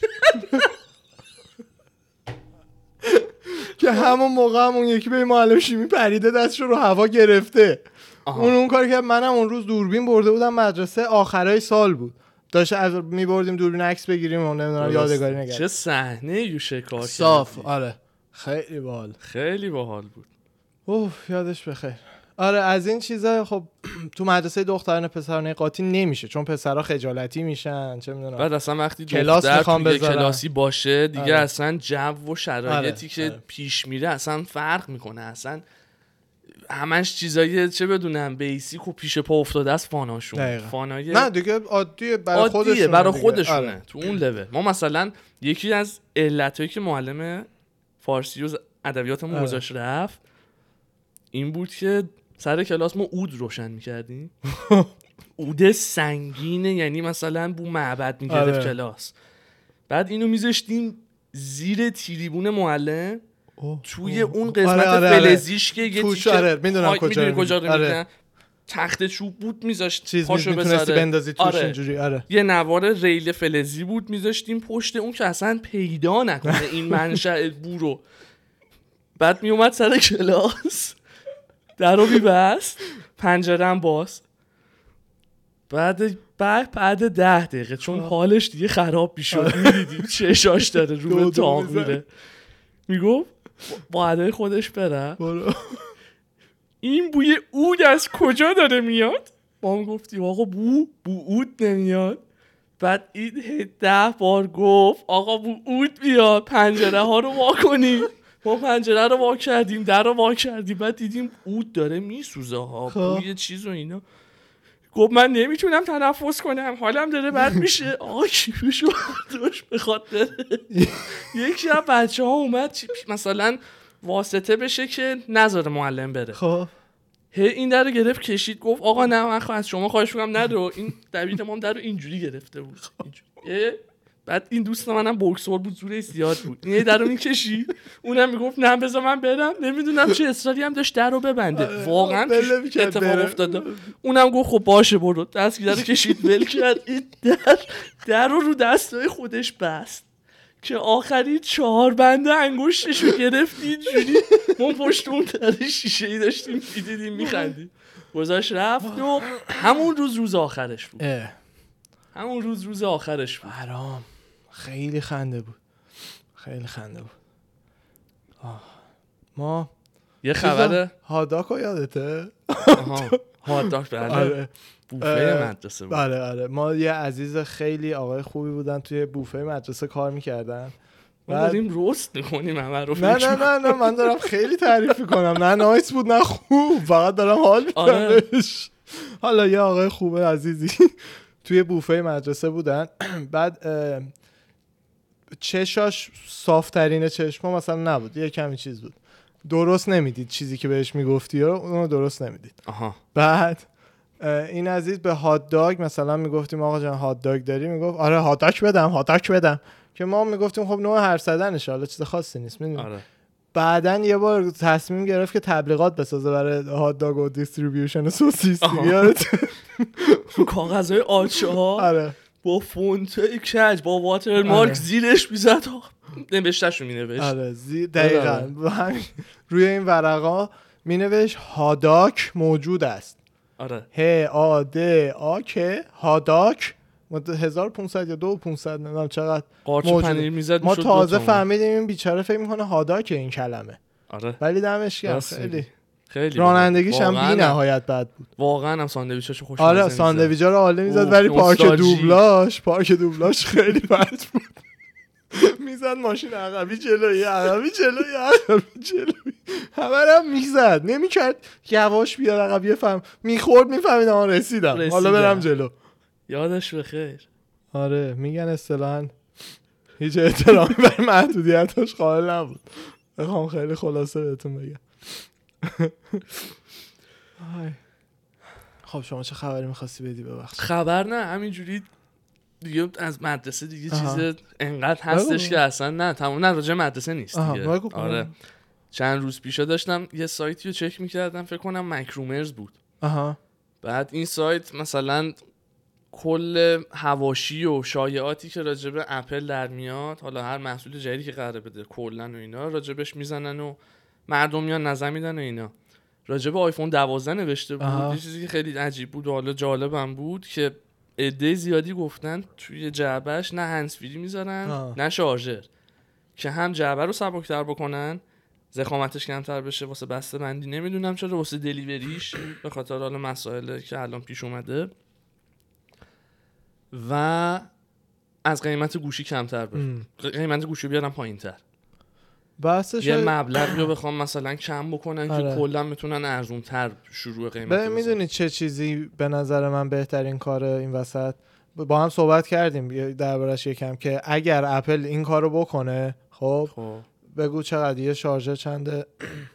Speaker 2: که همون موقع هم اون یکی به معلم شیمی پریده دستش رو هوا گرفته اون اون کار که منم اون روز دوربین برده بودم مدرسه آخرای سال بود داشت از میبردیم دوربین عکس بگیریم و نمیدونم یادگاری نگرد
Speaker 1: چه صحنه یوشه کار
Speaker 2: صاف
Speaker 1: کردی.
Speaker 2: آره خیلی باحال
Speaker 1: خیلی باحال بود
Speaker 2: اوف یادش بخیر آره از این چیزا خب تو مدرسه دخترانه پسرانه قاطی نمیشه چون پسرها خجالتی میشن چه میدونم
Speaker 1: بعد اصلا وقتی
Speaker 2: کلاس
Speaker 1: کلاس
Speaker 2: میخوام
Speaker 1: دختر توی یه
Speaker 2: بذارم.
Speaker 1: کلاسی باشه دیگه
Speaker 2: آره.
Speaker 1: اصلا جو و شرایطی
Speaker 2: آره،
Speaker 1: که
Speaker 2: آره.
Speaker 1: پیش میره اصلا فرق میکنه اصلا همش چیزایی چه بدونم بیسیک و پیش پا افتاده است فاناشون
Speaker 2: دقیقا.
Speaker 1: فانای
Speaker 2: نه دیگه عادیه برای
Speaker 1: عادیه
Speaker 2: خودشونه
Speaker 1: برای
Speaker 2: دیگه.
Speaker 1: خودشونه
Speaker 2: آره.
Speaker 1: تو اون لول ما مثلا یکی از علتهایی که معلم فارسی و ز- ادبیاتمون
Speaker 2: آره.
Speaker 1: گذاشت رفت این بود که سر کلاس ما اود روشن میکردیم اود سنگینه یعنی مثلا بو معبد میگرفت
Speaker 2: آره.
Speaker 1: کلاس بعد اینو میذاشتیم زیر تریبون معلم
Speaker 2: اوه،
Speaker 1: توی
Speaker 2: اوه.
Speaker 1: اون قسمت
Speaker 2: آره، آره، آره.
Speaker 1: فلزیش که یه
Speaker 2: توش،
Speaker 1: تیکه-
Speaker 2: آره، میدونم
Speaker 1: آه،
Speaker 2: کجا رو
Speaker 1: میدونی کجا رو
Speaker 2: می‌گی. آره.
Speaker 1: می‌گن؟ تخت چوب بود میذاشت
Speaker 2: چیز
Speaker 1: پاشو
Speaker 2: میتونستی
Speaker 1: بذاره.
Speaker 2: بندازی توش
Speaker 1: آره.
Speaker 2: اینجوری آره
Speaker 1: یه نوار ریل فلزی بود میذاشتیم پشت اون که اصلا پیدا نکنه این منشأ بو رو بعد میومد سر کلاس در رو میبست پنجره هم باز بعد بعد بعد ده دقیقه چون حالش دیگه خراب میشد میدیدیم چشاش داره رو
Speaker 2: دودو
Speaker 1: به تاق
Speaker 2: می‌زنه.
Speaker 1: میره میگفت با ادای خودش برم
Speaker 2: برو
Speaker 1: این بوی اود از کجا داره میاد ما هم گفتیم آقا بو بو اود نمیاد بعد این هی ده بار گفت آقا بو اود بیاد پنجره ها رو وا کنیم ما پنجره رو وا کردیم در رو وا کردیم بعد دیدیم اود داره میسوزه ها
Speaker 2: خب.
Speaker 1: بوی چیز و اینا گفت من نمیتونم تنفس کنم حالم داره بد میشه آقا کیفشو برداشت بخواد بره یکی از بچه ها اومد چی- مثلا واسطه بشه که نذاره معلم بره
Speaker 2: خب
Speaker 1: هی این در رو گرفت کشید گفت آقا نه من خواهد شما خواهش میکنم نرو این دوید ما هم در رو اینجوری گرفته بود اینجوری. یه- بعد این دوست منم بوکسور بود زوره زیاد بود این یه در رو میکشید اونم میگفت نه بذار من برم نمیدونم چه اصراری هم داشت در رو ببنده واقعا
Speaker 2: بله
Speaker 1: چه
Speaker 2: می‌کرد
Speaker 1: اتفاق
Speaker 2: بره.
Speaker 1: افتاده اونم گفت خب باشه برو دست در رو کشید ول کرد این در در رو رو دستای خودش بست که آخرین چهار بنده انگشتش رو گرفت اینجوری ما پشت اون در شیشه ای داشتیم میدیدیم میخندیم گذاشت رفت و همون روز روز آخرش بود
Speaker 2: اه،
Speaker 1: همون روز روز آخرش بود
Speaker 2: برام خیلی خنده بود خیلی خنده بود آه. ما
Speaker 1: یه خبر
Speaker 2: هاداکو یادته
Speaker 1: آها هات داک بله
Speaker 2: آره
Speaker 1: بوفه
Speaker 2: اه،
Speaker 1: مدرسه بود
Speaker 2: آره آره ما یه عزیز خیلی آقای خوبی بودن توی بوفه مدرسه کار میکردن
Speaker 1: ما داریم رست میکنیم همه رو
Speaker 2: نه نه نه نه من دارم خیلی تعریف میکنم نه نایس بود نه خوب فقط دارم حال میکنم
Speaker 1: آره.
Speaker 2: حالا یه آقای خوبه عزیزی توی بوفه مدرسه بودن بعد اه، چشاش صافترین چشما مثلا نبود یه کمی چیز بود درست نمیدید چیزی که بهش میگفتی رو اونو درست نمیدید
Speaker 1: آها
Speaker 2: بعد این عزیز به هات داگ مثلا میگفتیم آقا جان هات داگ داری میگفت آره هات داگ بدم هات داگ بدم که ما میگفتیم خب نوع هر سدنش حالا چیز خاصی نیست میدونی
Speaker 1: آره
Speaker 2: بعدا یه بار تصمیم گرفت که تبلیغات بسازه برای هات داگ و دیستریبیوشن سوسیس دیگه،
Speaker 1: آها.
Speaker 2: یادت
Speaker 1: تو کاغذهای آچه ها
Speaker 2: آره
Speaker 1: با فونت کج با واتر
Speaker 2: آره.
Speaker 1: مارک زیرش میزد نوشتهشو مینوشت
Speaker 2: آره زی...
Speaker 1: آره.
Speaker 2: دقیقا و همین- روی این ورقا مینوشت هاداک موجود است
Speaker 1: آره
Speaker 2: ه آ د آ که هاداک مت- 1500 یا 2500 نمیدونم چقدر
Speaker 1: قارچ
Speaker 2: موجود.
Speaker 1: پنیر میزد
Speaker 2: ما تازه فهمیدیم این بیچاره فکر میکنه هاداک این کلمه
Speaker 1: آره
Speaker 2: ولی دمش گرم
Speaker 1: راست میگی.
Speaker 2: خیلی
Speaker 1: خیلی
Speaker 2: رانندگیش هم
Speaker 1: واقعاً-
Speaker 2: بی نهایت بد بود
Speaker 1: واقعا هم ساندویچاشو خوش
Speaker 2: آره ساندویجا رو عالی میزد
Speaker 1: اوه،
Speaker 2: ولی پارک
Speaker 1: نوستالژی.
Speaker 2: دوبلاش پارک دوبلاش خیلی بد بود میزد ماشین عقبی جلوی عقبی جلوی عقبی جلوی همه رو هم میزد نمیکرد یواش بیاد عقب یه فهم میخورد میفهمیدم آن رسیدم حالا
Speaker 1: رسیدم.
Speaker 2: برم جلو
Speaker 1: یادش بخیر
Speaker 2: آره میگن اصطلاحا هیچ احترامی بر محدودیتاش قائل نبود بخوام خیلی خلاصه بهتون بگم آی. خب شما چه خبری میخواستی بدی ببخش
Speaker 1: خبر نه همینجوری دیگه از مدرسه دیگه
Speaker 2: آها.
Speaker 1: چیز انقدر
Speaker 2: بگو.
Speaker 1: هستش که اصلا نه تمام نه راجع به مدرسه نیست
Speaker 2: آها،
Speaker 1: دیگه
Speaker 2: بگو.
Speaker 1: آره چند روز پیشا داشتم یه سایتی رو چک میکردم فکر کنم مکرومرز بود
Speaker 2: آها
Speaker 1: بعد این سایت مثلا کل هواشی و شایعاتی که راجب اپل در میاد حالا هر محصول جدیدی که قراره بده کلا و اینا راجبش میزنن و مردم میان نظر میدن و اینا راجب آیفون 12 نوشته بود
Speaker 2: آها.
Speaker 1: یه چیزی که خیلی عجیب بود و حالا جالبم بود که عده زیادی گفتن توی جعبهش نه هنسفیری میذارن
Speaker 2: آه.
Speaker 1: نه شارژر که هم جعبه رو سبکتر بکنن زخامتش کمتر بشه واسه بسته بندی نمیدونم چرا واسه دلیوریش به خاطر حالا مسائل که الان پیش اومده و از قیمت گوشی کمتر بشه
Speaker 2: ام.
Speaker 1: قیمت گوشی رو بیارن پایین تر
Speaker 2: بحثش
Speaker 1: یه
Speaker 2: رو-
Speaker 1: مبلغ رو بخوام مثلا کم بکنن
Speaker 2: آره.
Speaker 1: که کلا بتونن ارزون تر شروع قیمت
Speaker 2: ببین
Speaker 1: رو
Speaker 2: میدونی چه چیزی به نظر من بهترین کار این وسط ب- با هم صحبت کردیم یه- دربارش یکم که اگر اپل این کارو بکنه خب
Speaker 1: بزنن. خب
Speaker 2: بگو چقدر یه شارژر چنده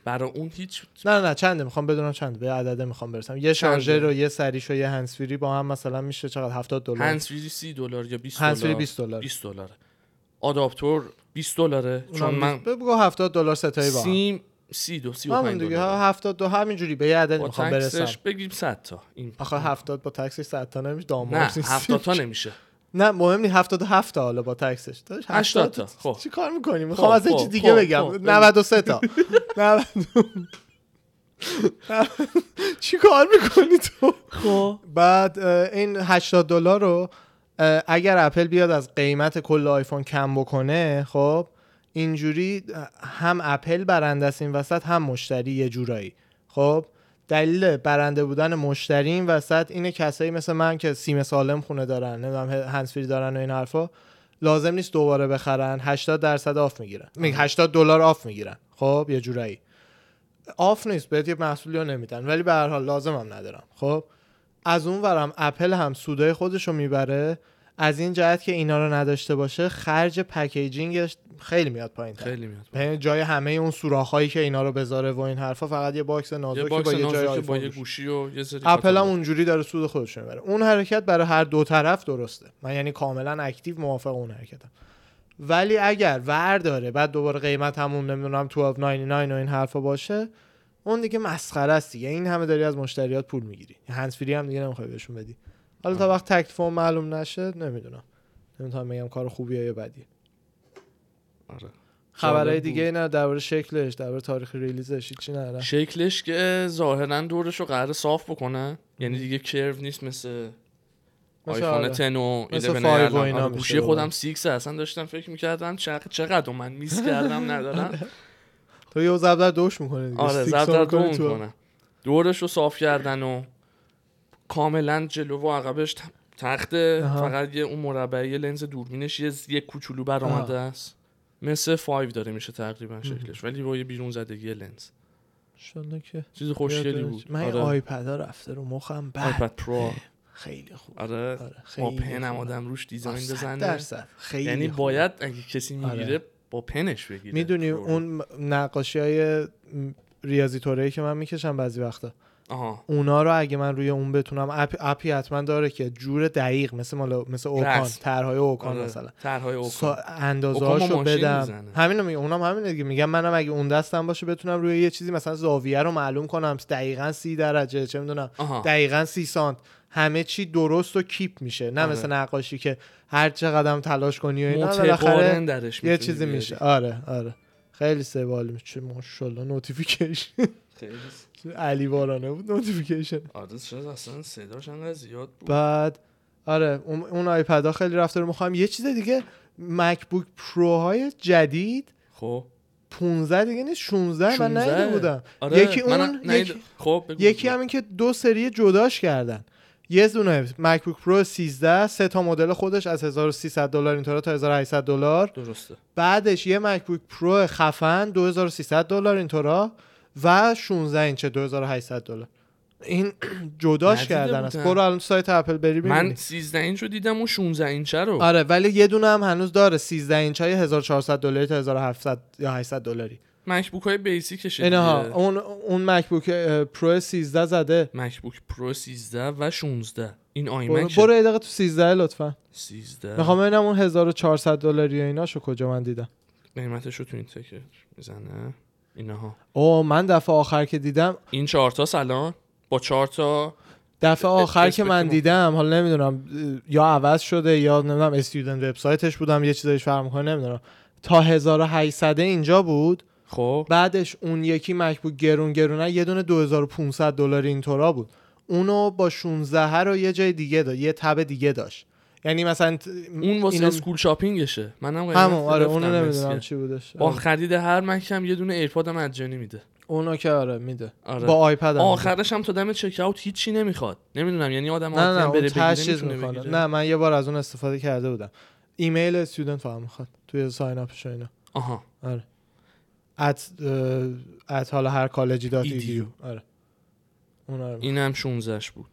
Speaker 1: برای اون هیچ
Speaker 2: نه نه نه چنده میخوام بدونم چنده به عدده میخوام برسم یه شارژر و یه سریش و یه هنسفیری با هم مثلا میشه چقدر 70 دلار
Speaker 1: هنسفیری 30 دلار یا 20
Speaker 2: هنسفیری
Speaker 1: دلار
Speaker 2: 20 دلار.
Speaker 1: 20 دلار آداپتور 20 دلاره چون
Speaker 2: اونم
Speaker 1: من
Speaker 2: بیست- بگو 70 دلار ستایی با هم
Speaker 1: سیم 30 دو 35
Speaker 2: همون دیگه
Speaker 1: دلاره.
Speaker 2: ها 70 دو همینجوری به یه عدد
Speaker 1: با
Speaker 2: میخوام
Speaker 1: تکسش
Speaker 2: برسم
Speaker 1: بگیم 100 تا این
Speaker 2: آخه 70 با تکسش 100 تا نمیشه
Speaker 1: نه
Speaker 2: دامار
Speaker 1: 70 تا نمیشه
Speaker 2: نه مهم نیست 77 تا حالا با تکسش داشت
Speaker 1: 80 تا. خب.
Speaker 2: چی کار میکنی میخوام از
Speaker 1: خب،
Speaker 2: یه چیز
Speaker 1: خب،
Speaker 2: دیگه
Speaker 1: خب،
Speaker 2: بگم
Speaker 1: خب.
Speaker 2: 93 تا 90 چی کار میکنی تو
Speaker 1: خب
Speaker 2: بعد اه، این 80 دلار رو اه، اگر اپل بیاد از قیمت کل آیفون کم بکنه خب اینجوری هم اپل برنده است این وسط هم مشتری یه جورایی خب دلیل برنده بودن مشتری این وسط اینه کسایی مثل من که سیم سالم خونه دارن نمیدونم هنسفری دارن و این حرفا لازم نیست دوباره بخرن 80 درصد آف میگیرن 80 دلار آف میگیرن خب یه جورایی آف نیست بهت یه محصولی رو نمیدن ولی به هر حال لازمم ندارم خب از اون ورم اپل هم سودای خودش رو میبره از این جهت که اینا رو نداشته باشه خرج پکیجینگش خیلی میاد پایین یعنی
Speaker 1: خیلی میاد
Speaker 2: جای همه اون سوراخ‌هایی که اینا رو بذاره و این حرفا فقط یه باکس
Speaker 1: یه
Speaker 2: نازک با
Speaker 1: باکس
Speaker 2: یه جای
Speaker 1: نازک با
Speaker 2: آیفون
Speaker 1: یه
Speaker 2: روشه.
Speaker 1: گوشی و یه سری
Speaker 2: اپل هم
Speaker 1: کاتالوگ.
Speaker 2: اونجوری داره سود خودش میبره اون حرکت برای هر دو طرف درسته من یعنی کاملا اکتیو موافق اون حرکتم ولی اگر ور داره بعد دوباره قیمت همون نمیدونم 1299 و این حرفا باشه اون دیگه مسخره است دیگه این همه داری از مشتریات پول میگیری هنسفری هم دیگه نمیخوای بهشون بدی حالا تا وقت تکلیف اون معلوم نشه نمیدونم نمیتونم بگم کار خوبیه یا بدی
Speaker 1: آره.
Speaker 2: خبرهای
Speaker 1: جالب
Speaker 2: دیگه ای نه درباره شکلش درباره تاریخ ریلیزش چی
Speaker 1: بود.
Speaker 2: نه
Speaker 1: شکلش که ظاهرا دورش رو قراره صاف بکنن یعنی دیگه کرو نیست مثل
Speaker 2: مثل
Speaker 1: آیفون
Speaker 2: آره.
Speaker 1: 10 و
Speaker 2: مثل
Speaker 1: 11
Speaker 2: فایو و
Speaker 1: الان.
Speaker 2: اینا
Speaker 1: آره،
Speaker 2: میشه
Speaker 1: گوشی
Speaker 2: دوباره.
Speaker 1: خودم 6 اصلا داشتم فکر میکردم چقدر چقدر من میس کردم ندارم
Speaker 2: تو یه زبدر دوش میکنه دیگه
Speaker 1: آره
Speaker 2: سیکس رو
Speaker 1: زب در
Speaker 2: می‌کنی
Speaker 1: دوم
Speaker 2: تو.
Speaker 1: کنم دورش رو صاف کردن و کاملا جلو و عقبش ت- تخته
Speaker 2: آها.
Speaker 1: فقط یه اون مربعی لنز دوربینش یه, یه کوچولو برآمده است مثل 5 داره میشه تقریبا شکلش ولی با یه بیرون زدگی لنز
Speaker 2: شالا که
Speaker 1: چیز خوشگلی
Speaker 2: یادت.
Speaker 1: بود
Speaker 2: من این
Speaker 1: آره.
Speaker 2: آیپد ها رفته رو مخم بعد
Speaker 1: آیپد پرو
Speaker 2: خیلی خوب
Speaker 1: آره
Speaker 2: بله. آره
Speaker 1: با
Speaker 2: خیلی
Speaker 1: پن هم
Speaker 2: خوبه.
Speaker 1: آدم روش دیزاین
Speaker 2: آه، صد
Speaker 1: بزنه
Speaker 2: درصد خیلی
Speaker 1: یعنی
Speaker 2: خوبه.
Speaker 1: باید اگه کسی
Speaker 2: آره.
Speaker 1: میگیره با پنش بگیره
Speaker 2: میدونی
Speaker 1: Pro رو.
Speaker 2: اون نقاشی های ریاضی توره که من میکشم بعضی وقتا
Speaker 1: آها
Speaker 2: اونا رو اگه من روی اون بتونم اپ اپی حتما داره که جور دقیق مثل مال مثل اوکان
Speaker 1: رسم.
Speaker 2: طرحهای اوکان
Speaker 1: آره.
Speaker 2: مثلا
Speaker 1: طرحهای اوکان.
Speaker 2: سا... اندازه
Speaker 1: اوکان با
Speaker 2: هاشو
Speaker 1: ماشین
Speaker 2: بدم
Speaker 1: میزنه.
Speaker 2: همینو میگم اونم همینه دیگه میگم منم اگه اون دستم باشه بتونم روی یه چیزی مثلا زاویه رو معلوم کنم دقیقا سی درجه چه میدونم
Speaker 1: آها.
Speaker 2: دقیقا سی سانت همه چی درست و کیپ میشه نه
Speaker 1: آره.
Speaker 2: مثل نقاشی که هر چقدر هم تلاش کنی و اینا بالاخره
Speaker 1: متقارن درش
Speaker 2: یه
Speaker 1: می‌تونی
Speaker 2: چیزی
Speaker 1: بیاری.
Speaker 2: میشه آره آره خیلی سوال میشه چه ماشاءالله نوتیفیکیشن
Speaker 1: خیلی
Speaker 2: علی بارانه بود نوتیفیکیشن
Speaker 1: آره شاید اصلا صداش انقدر زیاد بود
Speaker 2: بعد آره اون, اون آیپدا خیلی رفته رو میخوام یه چیز دیگه مکبوک پرو های جدید
Speaker 1: خب
Speaker 2: 15 دیگه نیست 16 من
Speaker 1: 16.
Speaker 2: ندیده بودم
Speaker 1: آره،
Speaker 2: یکی
Speaker 1: من
Speaker 2: اون
Speaker 1: ندیده-
Speaker 2: یکی,
Speaker 1: خب بگو.
Speaker 2: یکی همین که دو سری جداش کردن یه دونه مکبوک پرو 13 سه تا مدل خودش از 1300 دلار اینطورا تا 1800 دلار
Speaker 1: درسته
Speaker 2: بعدش یه مکبوک پرو خفن 2300 دلار اینطورا و 16 اینچ 2800 دلار این جداش
Speaker 1: ندیده
Speaker 2: کردن است
Speaker 1: بودم.
Speaker 2: برو الان سایت اپل بری ببینی.
Speaker 1: من 13 اینچ رو دیدم اون 16 اینچ رو
Speaker 2: آره ولی یه دونه هم هنوز داره 13 اینچ های 1400 دلاری تا 1700 یا 800 دلاری
Speaker 1: مکبوک های بیسیکشه
Speaker 2: اینها
Speaker 1: دیگه.
Speaker 2: اون اون مکبوک پرو 13 زده
Speaker 1: مکبوک پرو 13 و 16 این
Speaker 2: برو,
Speaker 1: آیمکشه
Speaker 2: برو یه دقیقه تو 13 لطفا
Speaker 1: 13
Speaker 2: میخوام ببینم اون 1400 دلاری و ایناشو کجا من دیدم
Speaker 1: قیمتش رو تو این تکه میزنه اینها
Speaker 2: او من دفعه آخر که دیدم
Speaker 1: این چهار تا الان با چهار تا
Speaker 2: دفعه آخر که من
Speaker 1: اسپکتروم.
Speaker 2: دیدم حالا نمیدونم اه، یا عوض شده یا نمیدونم استودنت وبسایتش بودم یه چیزایش فرق میکنه نمیدونم تا 1800 اینجا بود
Speaker 1: خب
Speaker 2: بعدش اون یکی مکبوک گرون گرونه یه دونه 2500 دلار اینطورا بود اونو با 16 رو یه جای دیگه داد یه تب دیگه داشت یعنی مثلا ت-
Speaker 1: اون واسه
Speaker 2: اینو-
Speaker 1: اسکول شاپینگشه منم قیمت
Speaker 2: همون آره اونو
Speaker 1: گرفتم
Speaker 2: نمیدونم
Speaker 1: مسیه.
Speaker 2: چی بودش
Speaker 1: با
Speaker 2: آره.
Speaker 1: خرید هر مکم یه دونه ایرپاد هم مجانی میده
Speaker 2: اونو که آره میده
Speaker 1: آره.
Speaker 2: با آیپد هم میده.
Speaker 1: آخرش هم تا دم چک اوت هیچی نمیخواد نمیدونم یعنی آدم
Speaker 2: نه نه
Speaker 1: آدم
Speaker 2: اون
Speaker 1: بره
Speaker 2: ته
Speaker 1: بگیره
Speaker 2: چیز
Speaker 1: میتونه
Speaker 2: میکنه
Speaker 1: بگیره
Speaker 2: نه من یه بار از اون استفاده کرده بودم ایمیل استودنت فقط میخواد توی ساین اپش و اینا
Speaker 1: آها
Speaker 2: آره ات اه، ات حالا هر کالجی دات
Speaker 1: EDU.
Speaker 2: ایدیو آره اونا رو می‌خواد.
Speaker 1: اینم 16 ش بود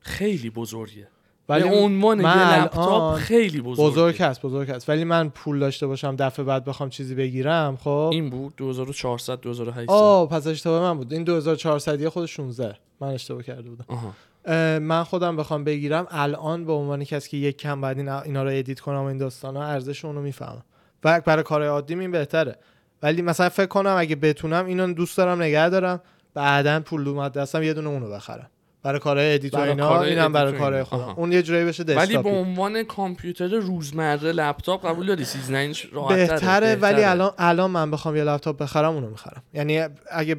Speaker 1: خیلی بزرگه
Speaker 2: ولی
Speaker 1: ولی عنوان یه
Speaker 2: من
Speaker 1: لپتاپ
Speaker 2: الان
Speaker 1: خیلی بزرگه
Speaker 2: بزرگ هست بزرگ هست ولی من پول داشته باشم دفعه بعد بخوام چیزی بگیرم خب
Speaker 1: این بود 2400 2800
Speaker 2: آه پس اشتباه من بود این 2400 یه خود 16 من اشتباه کرده بودم
Speaker 1: آها
Speaker 2: اه، من خودم بخوام بگیرم الان به عنوان کسی که یک کم بعد این- اینا رو ادیت کنم و این داستانا ارزش اونو میفهمم و برای کار عادی این بهتره ولی مثلا فکر کنم اگه بتونم اینو دوست دارم نگه دارم بعدا پول اومد دستم یه دونه اونو بخرم برای کارهای ادیت و
Speaker 1: برای
Speaker 2: اینا
Speaker 1: کارهای
Speaker 2: اینم برای
Speaker 1: ادیت و
Speaker 2: کارهای
Speaker 1: اینا.
Speaker 2: خودم
Speaker 1: آها.
Speaker 2: اون یه جورایی بشه
Speaker 1: ولی به
Speaker 2: دسکتاپی
Speaker 1: عنوان کامپیوتر روزمره لپتاپ قبول داری 13 اینچ راحت‌تره،
Speaker 2: بهتره ولی
Speaker 1: بهتره.
Speaker 2: الان الان من بخوام یه لپتاپ بخرم اونو میخرم یعنی اگه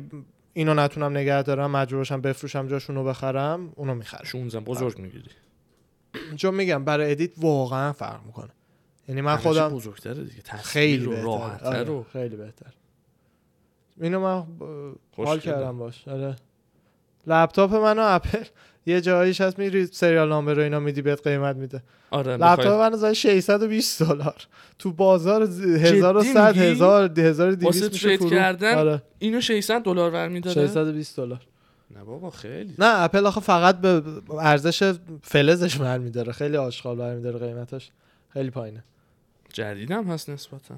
Speaker 2: اینو نتونم نگه دارم مجبور باشم بفروشم جاشون رو بخرم اونو میخرم
Speaker 1: 16 بزرگ میگیری
Speaker 2: چون میگم برای ادیت واقعا فرق میکنه یعنی من خودم
Speaker 1: بزرگتره دیگه تصویر
Speaker 2: خیلی
Speaker 1: رو
Speaker 2: بهتر
Speaker 1: راحت‌تر
Speaker 2: آره،
Speaker 1: رو
Speaker 2: خیلی بهتر اینو من اه،
Speaker 1: خوش
Speaker 2: حال
Speaker 1: شده.
Speaker 2: کردم باش آره لپتاپ منو اپل یه جاییش هست میری سریال نامبر رو اینا میدی بهت قیمت میده
Speaker 1: آره
Speaker 2: لپتاپ من زای 620 دلار تو بازار ز- 1100
Speaker 1: میگی؟
Speaker 2: 1000 1200
Speaker 1: واسه
Speaker 2: میشه
Speaker 1: ترید
Speaker 2: فرو
Speaker 1: کردن
Speaker 2: آره
Speaker 1: اینو 600 دلار برمیداره
Speaker 2: 620 دلار
Speaker 1: نه بابا خیلی
Speaker 2: نه اپل آخه فقط به ارزش فلزش برمی داره خیلی آشغال برمی داره قیمتش خیلی پایینه
Speaker 1: جدیدم هست نسبتا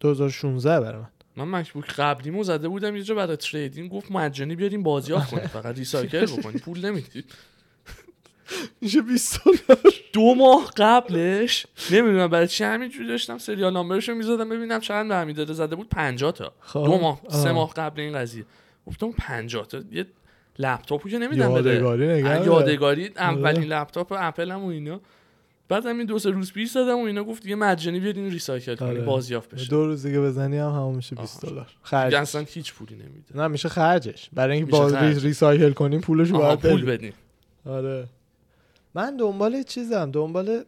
Speaker 2: 2016 برای من
Speaker 1: من مکبوک قبلیمو زده بودم یه جا برای تریدینگ گفت مجانی بیاریم بازیافت کنیم فقط ریسایکل بکنیم پول نمیدی
Speaker 2: میشه 20 دلار
Speaker 1: دو ماه قبلش نمیدونم برای چی همینجوری داشتم سریال نامبرشو میزدم ببینم چند برمی داره زده بود 50 تا
Speaker 2: خب.
Speaker 1: دو ماه سه
Speaker 2: آه.
Speaker 1: ماه قبل این قضیه گفتم 50 تا یه لپتاپو که نمیدم بده
Speaker 2: یادگاری آره. نگه
Speaker 1: اه،
Speaker 2: داره.
Speaker 1: یادگاری اولین لپتاپ اپل هم و اینا بعد همین دو سه روز پیش زدم و اینا گفت دیگه مجانی بیارین ریسایکل
Speaker 2: آره.
Speaker 1: کنیم بازیافت بشه
Speaker 2: دو روز دیگه بزنی هم همون میشه 20
Speaker 1: آها.
Speaker 2: دلار
Speaker 1: دیگه
Speaker 2: خرج
Speaker 1: اصلا هیچ پولی نمیده
Speaker 2: نه میشه خرجش برای اینکه
Speaker 1: میشه
Speaker 2: باز
Speaker 1: خرج.
Speaker 2: ری- ریسایکل کنیم پولش
Speaker 1: آها،
Speaker 2: باید
Speaker 1: پول
Speaker 2: بدیم
Speaker 1: بدین
Speaker 2: آره من دنبال چیزم دنبال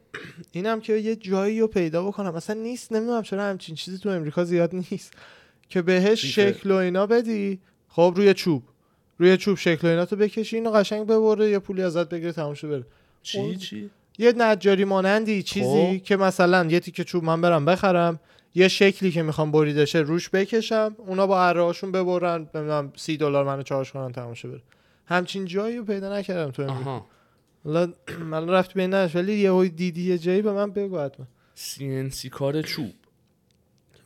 Speaker 2: اینم که یه جایی رو پیدا بکنم اصلا نیست نمیدونم چرا همچین چیزی تو امریکا زیاد نیست که بهش
Speaker 1: دیگه.
Speaker 2: شکل و اینا بدی خب روی چوب روی چوب شکل و اینا تو بکشی اینو قشنگ ببره یه پولی ازت بگیره تموم شه بره اون-
Speaker 1: چی چی
Speaker 2: یه نجاری مانندی چیزی
Speaker 1: خب.
Speaker 2: که مثلا یه تیکه چوب من برم بخرم یه شکلی که میخوام بریدشه روش بکشم اونا با هاشون ببرن نمیدونم سی دلار منو چارج کنن تماشا بره همچین جایی رو پیدا نکردم تو امریکا
Speaker 1: آها
Speaker 2: حالا من رفت به نش ولی یه دیدی یه جایی به من بگو حتما
Speaker 1: سی کار چوب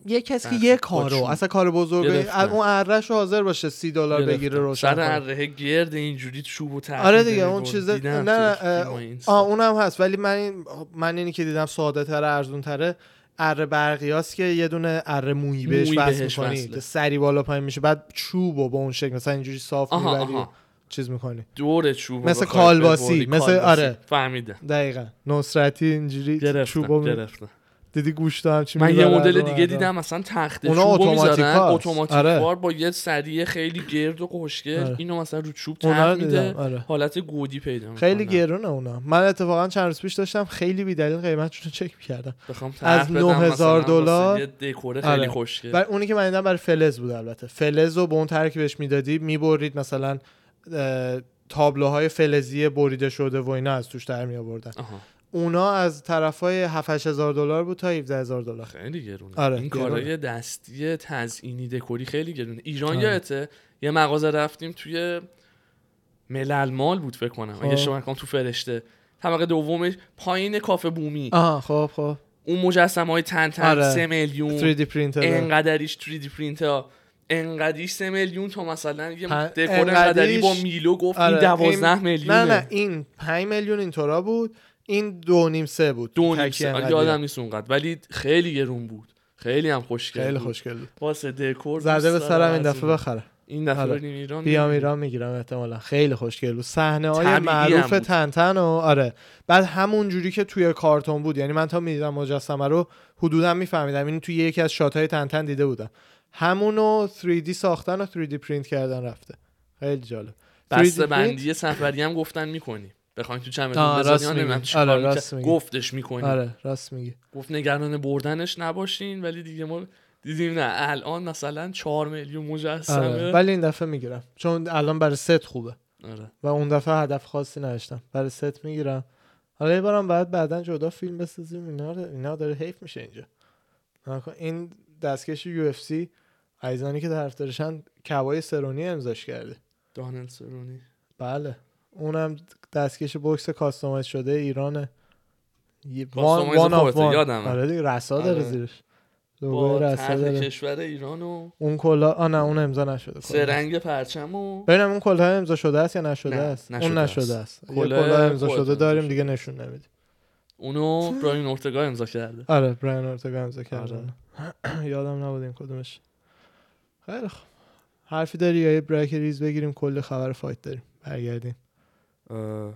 Speaker 2: یه کسی که
Speaker 1: برخی
Speaker 2: یه کارو
Speaker 1: خودشون
Speaker 2: اصلا کار بزرگ
Speaker 1: گرفتن.
Speaker 2: اون ارش حاضر باشه سی دلار
Speaker 1: گرفتن.
Speaker 2: بگیره
Speaker 1: سر
Speaker 2: روشن کنه.
Speaker 1: اره گرد اینجوری چوب و تحقیل
Speaker 2: آره دیگه
Speaker 1: داری
Speaker 2: اون
Speaker 1: برد.
Speaker 2: چیزا نه
Speaker 1: دیدم
Speaker 2: نه
Speaker 1: تو
Speaker 2: اه،
Speaker 1: فیلمای این
Speaker 2: آه
Speaker 1: سال.
Speaker 2: اونم هست ولی من این من اینی که دیدم ساده تر ارزون تره اره برقی هاست که یه دونه اره مویی بهش
Speaker 1: مویی
Speaker 2: بس
Speaker 1: بهش
Speaker 2: میکنی
Speaker 1: وصله.
Speaker 2: که سری بالا پایین میشه بعد چوب و با اون شکل مثلا اینجوری صاف
Speaker 1: آها،
Speaker 2: میبری
Speaker 1: آها.
Speaker 2: چیز میکنی
Speaker 1: دور چوب
Speaker 2: مثل
Speaker 1: بخوای
Speaker 2: کالباسی،
Speaker 1: ببری،
Speaker 2: مثل-
Speaker 1: کالباسی.
Speaker 2: آره.
Speaker 1: فهمیدم
Speaker 2: دقیقا نصرتی اینجوری
Speaker 1: گرفتم
Speaker 2: چوب
Speaker 1: گرفتم
Speaker 2: دیدی گوشت هم چی
Speaker 1: من یه
Speaker 2: می‌برن
Speaker 1: مدل
Speaker 2: رو
Speaker 1: دیگه
Speaker 2: مردم.
Speaker 1: دیدم مثلا تخت
Speaker 2: اونا
Speaker 1: چوب
Speaker 2: اتوماتیک
Speaker 1: میذارن
Speaker 2: هاست.
Speaker 1: اتوماتیک
Speaker 2: آره.
Speaker 1: بار با یه سریه خیلی گرد و خوشگل
Speaker 2: آره.
Speaker 1: اینو مثلا رو چوب
Speaker 2: اونا
Speaker 1: تر
Speaker 2: رو دیدم
Speaker 1: میده
Speaker 2: آره
Speaker 1: حالت گودی پیدا میکنه
Speaker 2: خیلی گرونه اونا من اتفاقا چند روز پیش داشتم خیلی بی‌دلیل قیمتشون رو چک می‌کردم
Speaker 1: بخوام
Speaker 2: از 9000 دلار.
Speaker 1: یه دکور خیلی
Speaker 2: آره.
Speaker 1: خوشگل
Speaker 2: بر اونی که من دیدم برای فلز بود البته فلز رو به اون طرح که بهش میدادی میبرید مثلا اه، تابلوهای فلزی بریده شده و اینا از توش در می آوردن
Speaker 1: آها
Speaker 2: اونا از طرفای 7 هزار دلار بود تا 17 هزار دلار
Speaker 1: خیلی گرونه
Speaker 2: آره،
Speaker 1: این
Speaker 2: گرونه.
Speaker 1: کارهای دستی تزئینی دکوری خیلی گرونه ایران
Speaker 2: آره.
Speaker 1: یادته یه مغازه رفتیم توی ملل مال بود فکر کنم
Speaker 2: خب.
Speaker 1: اگه شما نکنم تو فرشته طبقه دومش پایین کافه بومی
Speaker 2: آها خب خب
Speaker 1: اون مجسمه های تن تن
Speaker 2: آره.
Speaker 1: 3 میلیون
Speaker 2: 3D پرینتر
Speaker 1: انقدریش 3D پرینت ها انقدریش 3 میلیون تا مثلا یه
Speaker 2: پن-
Speaker 1: دکور انقدری
Speaker 2: انقدریش-
Speaker 1: با میلو گفت
Speaker 2: آره،
Speaker 1: این 12 میلیون
Speaker 2: نه نه این 5 میلیون اینطورا بود این دو نیم سه بود
Speaker 1: دو نیم
Speaker 2: تکی
Speaker 1: سه-
Speaker 2: انقدری.
Speaker 1: یادم نیست اونقدر ولی خیلی گرون بود خیلی هم خوشگل
Speaker 2: خیلی
Speaker 1: بود.
Speaker 2: خوشگل بود
Speaker 1: واسه دکور
Speaker 2: زده به
Speaker 1: دوست دارم
Speaker 2: سرم این
Speaker 1: از
Speaker 2: دفعه بخرم
Speaker 1: این دفعه
Speaker 2: آره.
Speaker 1: بریم ایران
Speaker 2: بیام ایران میگیرم احتمالا خیلی خوشگل بود صحنه
Speaker 1: طبیعی
Speaker 2: های
Speaker 1: هم
Speaker 2: معروف
Speaker 1: بود.
Speaker 2: تنتن و آره بعد همون جوری که توی کارتون بود یعنی من تا میدیدم مجسمه رو حدودا میفهمیدم این توی یکی از شات های تنتن دیده بودم همونو 3D ساختن و 3D پرینت کردن رفته خیلی جالب 3D
Speaker 1: بسته
Speaker 2: print؟
Speaker 1: بندی سفری هم گفتن میکنیم بخواین تو چمدون
Speaker 2: آه،
Speaker 1: بذاری
Speaker 2: راست
Speaker 1: یا
Speaker 2: میگی.
Speaker 1: نمیدونم چیکار
Speaker 2: آره، راست
Speaker 1: می‌کنی.
Speaker 2: میگی.
Speaker 1: گفتش میکنیم
Speaker 2: آره راست میگی
Speaker 1: گفت نگران بردنش نباشین ولی دیگه ما دیدیم نه الان مثلا 4 میلیون مجسمه
Speaker 2: آره. ولی این دفعه میگیرم چون الان برای ست خوبه
Speaker 1: آره.
Speaker 2: و اون دفعه هدف خاصی نداشتم برای ست میگیرم حالا یه بارم باید بعدا جدا فیلم بسازیم اینا رو- اینا داره حیف میشه اینجا نکن. این دستکش یو اف سی عیزانی که طرفدارشن کوای سرونی امضاش کرده
Speaker 1: دانل سرونی
Speaker 2: بله اونم دستکش بکس کاستومایز شده ایرانه یه-
Speaker 1: کاستومایز
Speaker 2: one of
Speaker 1: خودته،
Speaker 2: one.
Speaker 1: یادمه.
Speaker 2: آره دیگه رسا
Speaker 1: آره.
Speaker 2: داره زیرش لوگوی
Speaker 1: با
Speaker 2: رسا
Speaker 1: طرح
Speaker 2: داره
Speaker 1: کشور ایران و
Speaker 2: اون کلا آ نه اون امضا نشده
Speaker 1: سه رنگ پرچم و
Speaker 2: ببینم اون کلاه امضا شده است یا نشده
Speaker 1: نه،
Speaker 2: است
Speaker 1: نشده
Speaker 2: اون
Speaker 1: است.
Speaker 2: نشده است یه
Speaker 1: کلاه
Speaker 2: کلاه امضا
Speaker 1: خودت
Speaker 2: شده
Speaker 1: امضا
Speaker 2: داریم
Speaker 1: شده.
Speaker 2: دیگه نشون نمیدیم
Speaker 1: اونو براین اورتگا امضا کرده
Speaker 2: آره براین اورتگا امضا کردن
Speaker 1: آره.
Speaker 2: یادم نبود این کدومش خیلی خوب حرفی داری یا یه بریک ریز بگیریم کل خبر فایت داریم برگردیم
Speaker 1: اه،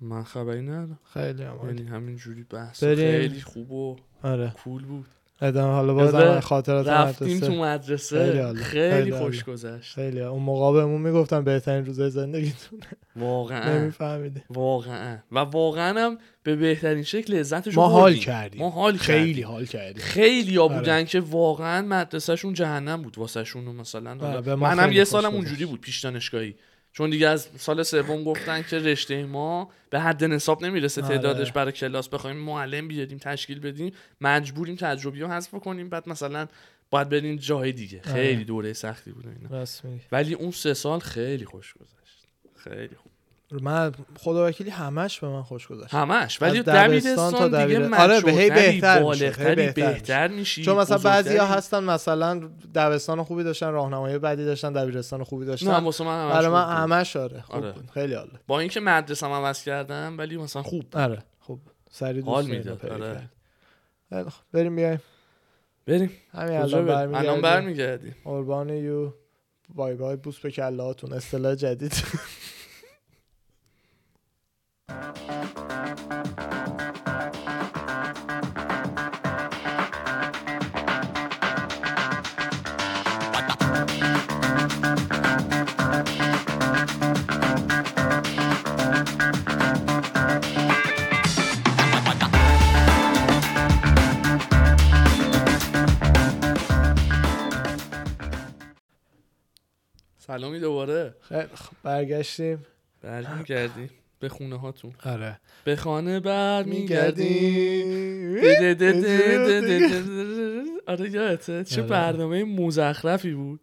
Speaker 1: من خبری ندارم
Speaker 2: خیلی هم عالی.
Speaker 1: یعنی همینجوری بحث
Speaker 2: بریم.
Speaker 1: خیلی خوب و
Speaker 2: آره
Speaker 1: کول بود
Speaker 2: ادامه حالا
Speaker 1: یاده
Speaker 2: بازم خاطرات
Speaker 1: رفتیم
Speaker 2: مدرسه
Speaker 1: تو
Speaker 2: خیلی
Speaker 1: مدرسه
Speaker 2: عالی.
Speaker 1: خیلی
Speaker 2: خیلی
Speaker 1: خوش
Speaker 2: عالی.
Speaker 1: گذشت
Speaker 2: خیلی اون موقع بهمون میگفتن بهترین روزای زندگیتون
Speaker 1: واقعا
Speaker 2: نمیفهمیدی
Speaker 1: واقعا و واقعا هم به بهترین شکل لذتش
Speaker 2: ما حال کردیم
Speaker 1: ما حال
Speaker 2: خیلی
Speaker 1: کردیم.
Speaker 2: حال کردیم
Speaker 1: خیلی ها
Speaker 2: آره.
Speaker 1: بودن که واقعا مدرسهشون جهنم بود واسهشون و مثلا حالا
Speaker 2: آره، به ما
Speaker 1: منم
Speaker 2: خیلی
Speaker 1: یه
Speaker 2: خوش
Speaker 1: سالم
Speaker 2: گذشت.
Speaker 1: اونجوری بود پیش دانشگاهی چون دیگه از سال سوم گفتن که رشته ما به حد نصاب نمیرسه
Speaker 2: آره.
Speaker 1: تعدادش برای کلاس بخوایم معلم بیاریم تشکیل بدیم مجبوریم تجربی رو حذف کنیم بعد مثلا باید بریم جای دیگه
Speaker 2: آره.
Speaker 1: خیلی دوره سختی بود و اینا
Speaker 2: راست میگی
Speaker 1: ولی اون سه سال خیلی خوش گذشت خیلی خوب
Speaker 2: من خدا وکیلی همش به من خوش گذشت
Speaker 1: همش ولی
Speaker 2: از دبیرستان تا
Speaker 1: دبیرستان دیگه
Speaker 2: دبیر- آره، به هی
Speaker 1: مشهورتری،
Speaker 2: بهتر می‌شد، هی
Speaker 1: بالغتری،
Speaker 2: بهتر
Speaker 1: بهتر میشی
Speaker 2: چون مثلا بعضی ها
Speaker 1: بزرگتری.
Speaker 2: هستن مثلا دبستان خوبی داشتن راهنمایی بعدی داشتن دبیرستان خوبی
Speaker 1: نه
Speaker 2: داشتن
Speaker 1: واسه من همش خوب بود.
Speaker 2: برای من همش آره خوب
Speaker 1: آره.
Speaker 2: بود خیلی حالا
Speaker 1: با اینکه مدرسه عوض کردم ولی مثلا خوب
Speaker 2: آره خوب سری دوست
Speaker 1: حال
Speaker 2: اینا
Speaker 1: میداد،
Speaker 2: پیدا
Speaker 1: آره.
Speaker 2: کرد. خیلی خوب بریم بیایم
Speaker 1: بریم
Speaker 2: همین
Speaker 1: کجا
Speaker 2: الان
Speaker 1: بریم؟ الان
Speaker 2: برمیگردیم
Speaker 1: برمیگردیم
Speaker 2: قربان یو بای بای بوس به کله هاتون اصطلاح جدید
Speaker 1: سلامی دوباره
Speaker 2: خیلی خوب برگشتیم
Speaker 1: برمیگردیم به خونه هاتون
Speaker 2: آره
Speaker 1: به خانه برمیگردیم
Speaker 2: میگردیم
Speaker 1: آره یادته چه
Speaker 2: آره.
Speaker 1: برنامه مزخرفی بود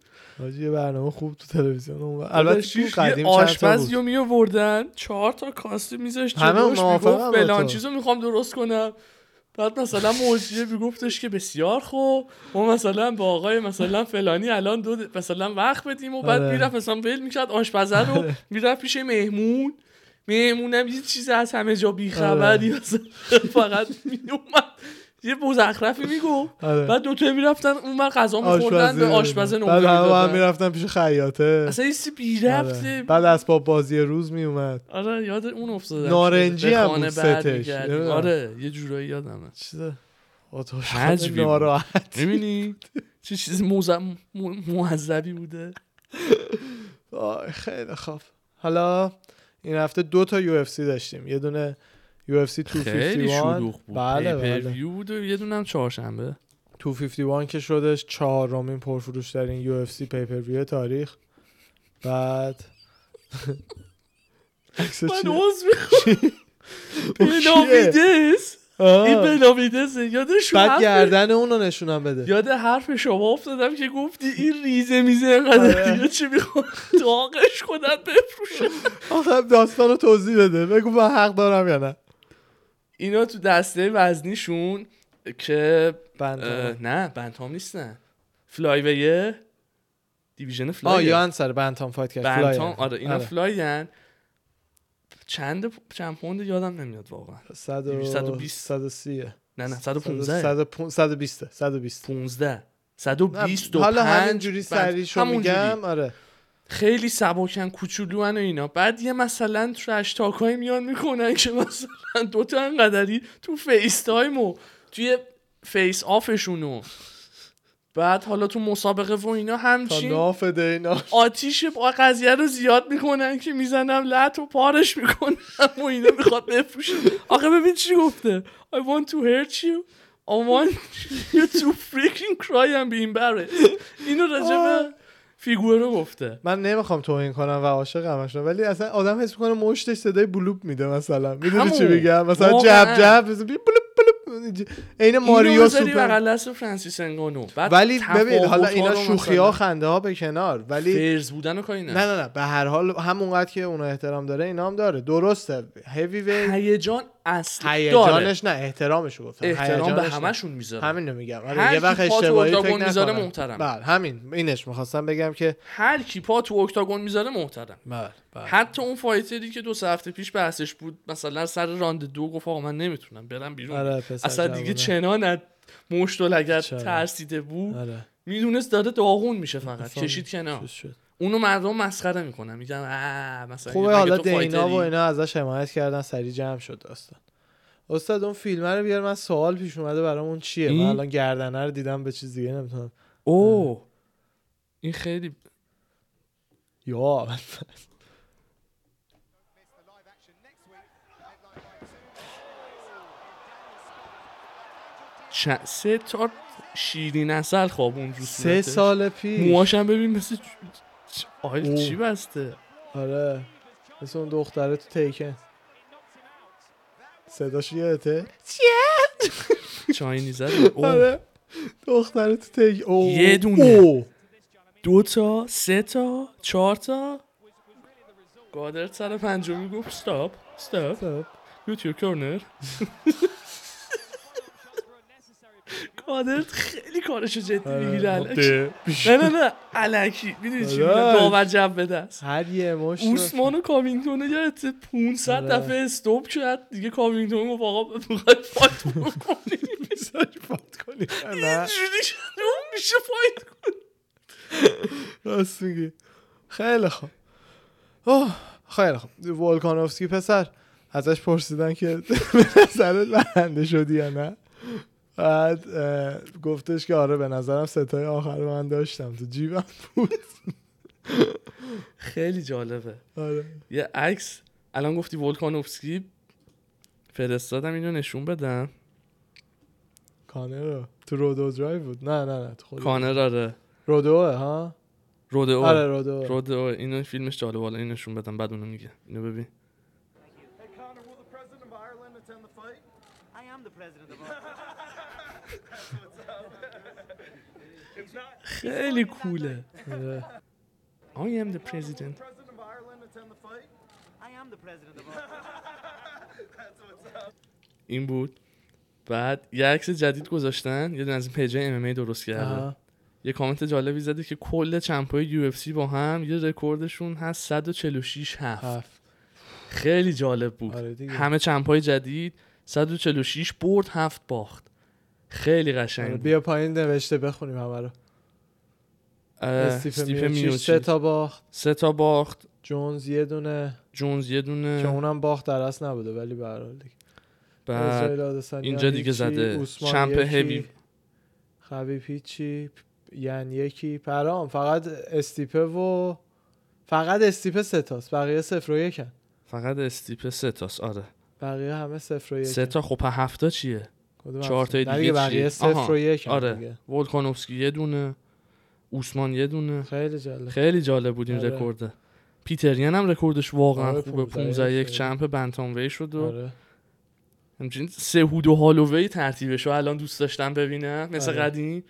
Speaker 2: یه برنامه خوب تو تلویزیون اون ور.
Speaker 1: البته
Speaker 2: البته تو
Speaker 1: شیش یه
Speaker 2: قدیم چند تا بود
Speaker 1: آشپزی رو میآوردن چهار تا کاسه میذاشت
Speaker 2: همه
Speaker 1: جلوش
Speaker 2: موافقم
Speaker 1: میگفت
Speaker 2: با
Speaker 1: فلان
Speaker 2: تو.
Speaker 1: چیزو میخوام درست کنم بعد مثلا مجریه میگفتش که بسیار خوب ما مثلا با آقای مثلا فلانی الان دو د- مثلا وقت بدیم و بعد
Speaker 2: آره.
Speaker 1: میرفت مثلا ول میکرد آشپزه رو میرفت پیش مهمون مهمونم یه چیز از همه جا بیخبری
Speaker 2: آره.
Speaker 1: مثلا فقط میومد یه مزخرفی میگو
Speaker 2: آره.
Speaker 1: بعد دوتا میرفتن اون من غذا میخوردن به
Speaker 2: آشپزی.
Speaker 1: آشپزه نمره
Speaker 2: بعد همه با هم
Speaker 1: میدادن
Speaker 2: میرفتن پیش خیاطه
Speaker 1: اصلا یه چیزی بی
Speaker 2: آره.
Speaker 1: ربطه
Speaker 2: بعد اسباب بازی روز میومد
Speaker 1: آره یاد اون افتادم
Speaker 2: نارنجی
Speaker 1: به
Speaker 2: هم
Speaker 1: خانه
Speaker 2: بود
Speaker 1: بر
Speaker 2: ستش.
Speaker 1: می‌گردیم.
Speaker 2: نمی‌دونم.
Speaker 1: آره یه جورایی یادمه
Speaker 2: چیزه آتش
Speaker 1: عجیبی بود.
Speaker 2: ناراحت
Speaker 1: میبینی چه چیز موزم معذبی بوده
Speaker 2: آی خیلی خوب حالا این هفته دو تا یو اف سی داشتیم یه دونه یو اف سی 251
Speaker 1: خیلی شلوغ بود
Speaker 2: بله بله
Speaker 1: پیپرویو بود و یه دونم چهارشنبه
Speaker 2: 251 که شدش چهارمین پرفروش ترین یو اف سی پیپرویو تاریخ بعد عکس
Speaker 1: من
Speaker 2: چیه؟
Speaker 1: عوض
Speaker 2: اوه، چیه؟
Speaker 1: بنامیدس
Speaker 2: آه.
Speaker 1: این بنامیدس یادش
Speaker 2: بعد
Speaker 1: حرف
Speaker 2: گردن اونو نشونم بده
Speaker 1: یاد حرف شما افتادم که گفتی این ریزه میزه اینقدر
Speaker 2: آره.
Speaker 1: دیگه چی میخواد داغش کنن بفروشه
Speaker 2: آخه داستان رو توضیح بده بگو من حق دارم یا نه
Speaker 1: اینا تو دسته وزنیشون که اه،
Speaker 2: بند
Speaker 1: نه بنتام نیستن فلایویه دیویژن فلایه
Speaker 2: آه یان سر بنتام فایت کرد فلاین.
Speaker 1: بنتام آره اینا فلاین چند چند پوند یادم نمیاد واقعا
Speaker 2: 100
Speaker 1: 220.
Speaker 2: 130
Speaker 1: نه نه 115
Speaker 2: 120 120
Speaker 1: 15 120 و
Speaker 2: حالا
Speaker 1: پنج
Speaker 2: همینجوری
Speaker 1: بند-
Speaker 2: سریعش رو
Speaker 1: همونجوری.
Speaker 2: میگم آره
Speaker 1: خیلی سبکن کوچولوان و اینا بعد یه مثلا ترش تاکایی میان میکنن که مثلا دوتا انقدری تو فیس تایم و توی فیس آفشونو بعد حالا تو مسابقه و اینا
Speaker 2: تا
Speaker 1: همچین
Speaker 2: نافده اینا
Speaker 1: آتیش با قضیه رو زیاد میکنن که میزنم لط و پارش میکنم و اینا میخواد بفروشه آخه ببین چی گفته I want to hurt you I want you to freaking cry and be embarrassed اینو راجع به فیگورو گفته
Speaker 2: من نمیخوام توهین کنم و عاشق همشون ولی اصلا آدم حس میکنه مشتش صدای بلوپ میده مثلا میدونی چی
Speaker 1: همون.
Speaker 2: بگم مثلا
Speaker 1: واقعا.
Speaker 2: جب جب مثلا بی بلوپ بلوپ عین
Speaker 1: اینو
Speaker 2: ماریو
Speaker 1: بذاری
Speaker 2: سوپر
Speaker 1: بغل دست فرانسیس انگانو بعد
Speaker 2: ولی ببین
Speaker 1: تفاوت‌ها
Speaker 2: حالا اینا
Speaker 1: رو
Speaker 2: شوخی ها
Speaker 1: مثلا
Speaker 2: خنده ها به کنار ولی
Speaker 1: فرز بودن و کاری
Speaker 2: نه
Speaker 1: نه
Speaker 2: نه نه به هر حال همونقدر که اونا احترام داره اینا هم داره درسته هیوی وی
Speaker 1: هیجان اصلی داره
Speaker 2: هیجانش نه احترامش رو گفتم
Speaker 1: احترام به
Speaker 2: هیجانش نه.
Speaker 1: همشون میذاره
Speaker 2: همین رو میگم
Speaker 1: هر
Speaker 2: آره یه
Speaker 1: کی پا
Speaker 2: وقت
Speaker 1: تو
Speaker 2: اشتباهی فکر
Speaker 1: اکتاگون میذاره
Speaker 2: نکنم
Speaker 1: محترمه.
Speaker 2: بله همین اینش میخواستم بگم که
Speaker 1: هر کی پا تو اکتاگون میذاره محترم
Speaker 2: بله
Speaker 1: حتی اون فایتری که دو سه هفته پیش بحثش بود مثلا سر راند دو گفت آقا من نمیتونم برم بیرون
Speaker 2: آره، پسر
Speaker 1: اصلا دیگه
Speaker 2: جوونه.
Speaker 1: چنان از مشت و لگت
Speaker 2: چرا؟
Speaker 1: ترسیده بود
Speaker 2: آره
Speaker 1: میدونست داره داغون میشه فقط
Speaker 2: اصلا
Speaker 1: کشید کنار
Speaker 2: چیز شد.
Speaker 1: اونو مردم مسخره میکنن میگن اه مثلا
Speaker 2: خوبه
Speaker 1: مگه
Speaker 2: حالا
Speaker 1: تو
Speaker 2: دینا
Speaker 1: فایتری؟
Speaker 2: و اینا ازش حمایت کردن سریع جمع شد داستان استاد اون فیلم رو بیار من سوال پیش اومده برامون چیه
Speaker 1: این؟
Speaker 2: من الان گردنه رو دیدم به چیز دیگه نمیتونم
Speaker 1: اوه این خیلی
Speaker 2: یا
Speaker 1: چ- سه تا شیرین اصل خوابون رو
Speaker 2: سه
Speaker 1: صورتش.
Speaker 2: سال پیش
Speaker 1: موهاشم ببین مثل چ- چ- آخه
Speaker 2: اوه.
Speaker 1: چی بسته
Speaker 2: آره مثل اون دختره تو تیکن صداش یادته
Speaker 1: چاینیزه رو. اوه.
Speaker 2: آره دختره تو تیکن اوه.
Speaker 1: خب. یه دونه.
Speaker 2: اوه.
Speaker 1: دو تا سه تا چهار تا قادر سر پنجمی گفت استاپ استاپ
Speaker 2: خب.
Speaker 1: گوت یور کورنر قادر خیلی کارشو جدی میگیره علکی
Speaker 2: آره.
Speaker 1: نه نه نه علکی میدونی چی میگم
Speaker 2: آره.
Speaker 1: داور جب به دست
Speaker 2: هر یه مشت
Speaker 1: اوسمان و کامینگتون یادت 500
Speaker 2: آره.
Speaker 1: دفعه استوب کرد دیگه کامینگتون گفت آقا میخوای فایت بکنی
Speaker 2: میذاری فات کنی نه
Speaker 1: اینجوری شد، اون میشه فایت کن.
Speaker 2: راست میگی خیلی خوب اوه خیلی خوب ولکانوفسکی پسر ازش پرسیدن که به نظرت برنده شدی یا نه بعد اه، گفتش که آره به نظرم ستای آخر رو من داشتم تو جیبم بود
Speaker 1: خیلی جالبه
Speaker 2: آره
Speaker 1: یه عکس الان گفتی ولکانوفسکی فرستادم اینو نشون بدم
Speaker 2: کانر رو تو رودو درایو بود نه نه نه تو خود
Speaker 1: کانر آره
Speaker 2: رودوه ها
Speaker 1: رودئو
Speaker 2: آره رودوه
Speaker 1: رودئو اینو فیلمش جالب حالا اینو نشون بدم بعد اونو میگه اینو ببین
Speaker 3: Hey Connor, will the president of Ireland attend the fight?
Speaker 4: I am the president of Ireland.
Speaker 1: خیلی کوله
Speaker 2: آره.
Speaker 1: I am the president
Speaker 3: President of Ireland attend the fight?
Speaker 4: I am the president of Ireland.
Speaker 1: این بود بعد یه عکس جدید گذاشتن یه دونه از این پیج ام درست کرده
Speaker 2: آها.
Speaker 1: یه کامنت جالبی زده که کل چمپای یو اف سی با هم یه رکوردشون هست 146 هفت
Speaker 2: هفت
Speaker 1: خیلی جالب بود
Speaker 2: آره دیگه.
Speaker 1: همه چمپای جدید 146 برد هفت باخت خیلی
Speaker 2: آره،
Speaker 1: قشنگ بود
Speaker 2: بیا پایین نوشته بخونیم همه رو
Speaker 1: اه،
Speaker 2: استیپ
Speaker 1: استیپ
Speaker 2: میوچیچ
Speaker 1: میوچیچ
Speaker 2: سه تا باخت
Speaker 1: سه تا باخت
Speaker 2: جونز یه دونه
Speaker 1: جونز یه
Speaker 2: که
Speaker 1: دونه
Speaker 2: اونم باخت در اصل نبوده ولی به هر حال دیگه
Speaker 1: بعد
Speaker 2: اسرائیل آدسانیان
Speaker 1: اینجا دیگه
Speaker 2: هیچی،
Speaker 1: زده.
Speaker 2: عثمان
Speaker 1: چمپ
Speaker 2: یکی،
Speaker 1: هیوی.
Speaker 2: خبیب پیچی یعنی یکی پرام فقط استیپه و فقط استیپه سه تاست بقیه صفر و یکن
Speaker 1: فقط استیپ سه تاست آره
Speaker 2: بقیه همه صفر و یکن
Speaker 1: سه تا خب په هفتا چیه
Speaker 2: کدوم
Speaker 1: چهار
Speaker 2: هفته؟
Speaker 1: تا
Speaker 2: نه
Speaker 1: دیگه
Speaker 2: دیگه
Speaker 1: چیه؟
Speaker 2: بقیه صفر
Speaker 1: آها،
Speaker 2: و یکن
Speaker 1: آره
Speaker 2: دیگه.
Speaker 1: ولکانوفسکی یه دونه اوسمان یه دونه
Speaker 2: خیلی جالب
Speaker 1: خیلی جالب بود این
Speaker 2: آره.
Speaker 1: رکورده پیتریان هم رکوردش واقعا
Speaker 2: آره،
Speaker 1: خوبه
Speaker 2: 15
Speaker 1: 15 یک
Speaker 2: شده.
Speaker 1: چمپ بنتام وی شد و
Speaker 2: آره.
Speaker 1: همچنین سهود و هالووی ترتیبش رو الان دوست داشتم ببینم مثل
Speaker 2: آره.
Speaker 1: قدیم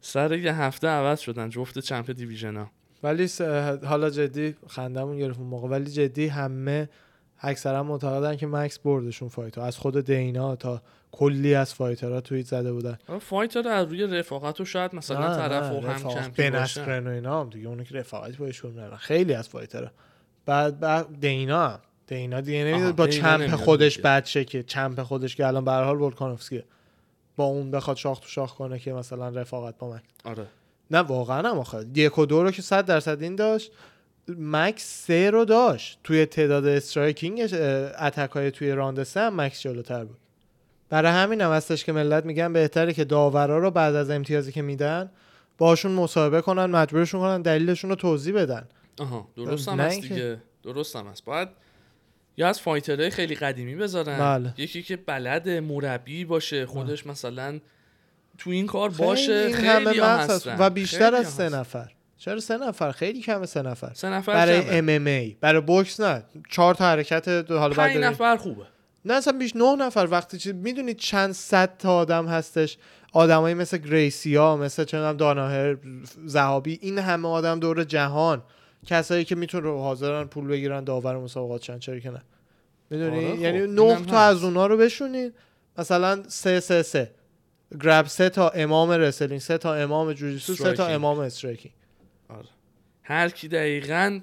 Speaker 1: سر یه هفته عوض شدن جفت چمپ دیویژن ها
Speaker 2: ولی س- حالا جدی خندمون گرفت اون موقع ولی جدی همه اکثرا معتقدن که مکس بردشون فایتو از خود دینا تا کلی از فایترها توییت زده بودن
Speaker 1: فایتر آره، رو از روی رفاقت و شاید مثلا
Speaker 2: نه،
Speaker 1: طرف
Speaker 2: نه،
Speaker 1: و هم
Speaker 2: آره، رفاقت.
Speaker 1: چمپی
Speaker 2: بن
Speaker 1: باشن.
Speaker 2: اسکرن و اینا هم دیگه اونو که رفاقتی باشون ندارن خیلی از فایترها بعد بعد دینا هم. دینا دیگه
Speaker 1: آها،
Speaker 2: نمیداد با
Speaker 1: دینا
Speaker 2: چمپ
Speaker 1: نمیاد
Speaker 2: خودش
Speaker 1: دیگه.
Speaker 2: بد که چمپ خودش که الان به هر حال ولکانوفسکیه با اون بخواد شاخ تو شاخ کنه که مثلا رفاقت با مکس
Speaker 1: آره
Speaker 2: نه واقعا هم آخه یک و دو رو که صد درصد این داشت مکس سه رو داشت توی تعداد استرایکینگش اتک های توی راند سه هم مکس جلوتر بود برای همین هم هستش که ملت میگن بهتره که داورا رو بعد از امتیازی که میدن باشون مصاحبه کنن مجبورشون کنن دلیلشون رو توضیح بدن
Speaker 1: آها درست هم
Speaker 2: نه
Speaker 1: هست
Speaker 2: اینکه-
Speaker 1: دیگه درست هم هست باید یا از فایترهای خیلی قدیمی بذارن
Speaker 2: بله.
Speaker 1: یکی که بلد مربی باشه خودش مثلا تو این کار
Speaker 2: خیلی
Speaker 1: باشه
Speaker 2: این
Speaker 1: خیلی ها
Speaker 2: همه مغز هست
Speaker 1: هستن.
Speaker 2: و بیشتر
Speaker 1: خیلی
Speaker 2: از
Speaker 1: ها
Speaker 2: سه
Speaker 1: هستن.
Speaker 2: نفر چرا سه نفر خیلی کمه سه نفر
Speaker 1: سه نفر
Speaker 2: برای
Speaker 1: جمعه.
Speaker 2: ام برای بوکس نه چهار تا حرکت حالا بعد
Speaker 1: پنج نفر خوبه
Speaker 2: نه اصلا بیش نه نفر وقتی چیز میدونید چند صد تا آدم هستش آدمایی مثل گریسیا مثل چندم داناهر زهابی این همه آدم دور جهان کسایی که میتونن حاضرن پول بگیرن داور مسابقات چند چرا که نه میدونی
Speaker 1: آره خب،
Speaker 2: یعنی
Speaker 1: اینم
Speaker 2: نه تا
Speaker 1: هست.
Speaker 2: از اونا رو بشونید مثلا سه سه سه گرب سه تا امام رسلینگ سه تا امام جوجیسو سه تا
Speaker 1: استرایکینگ.
Speaker 2: امام استرایکینگ
Speaker 1: آره. هر کی دقیقا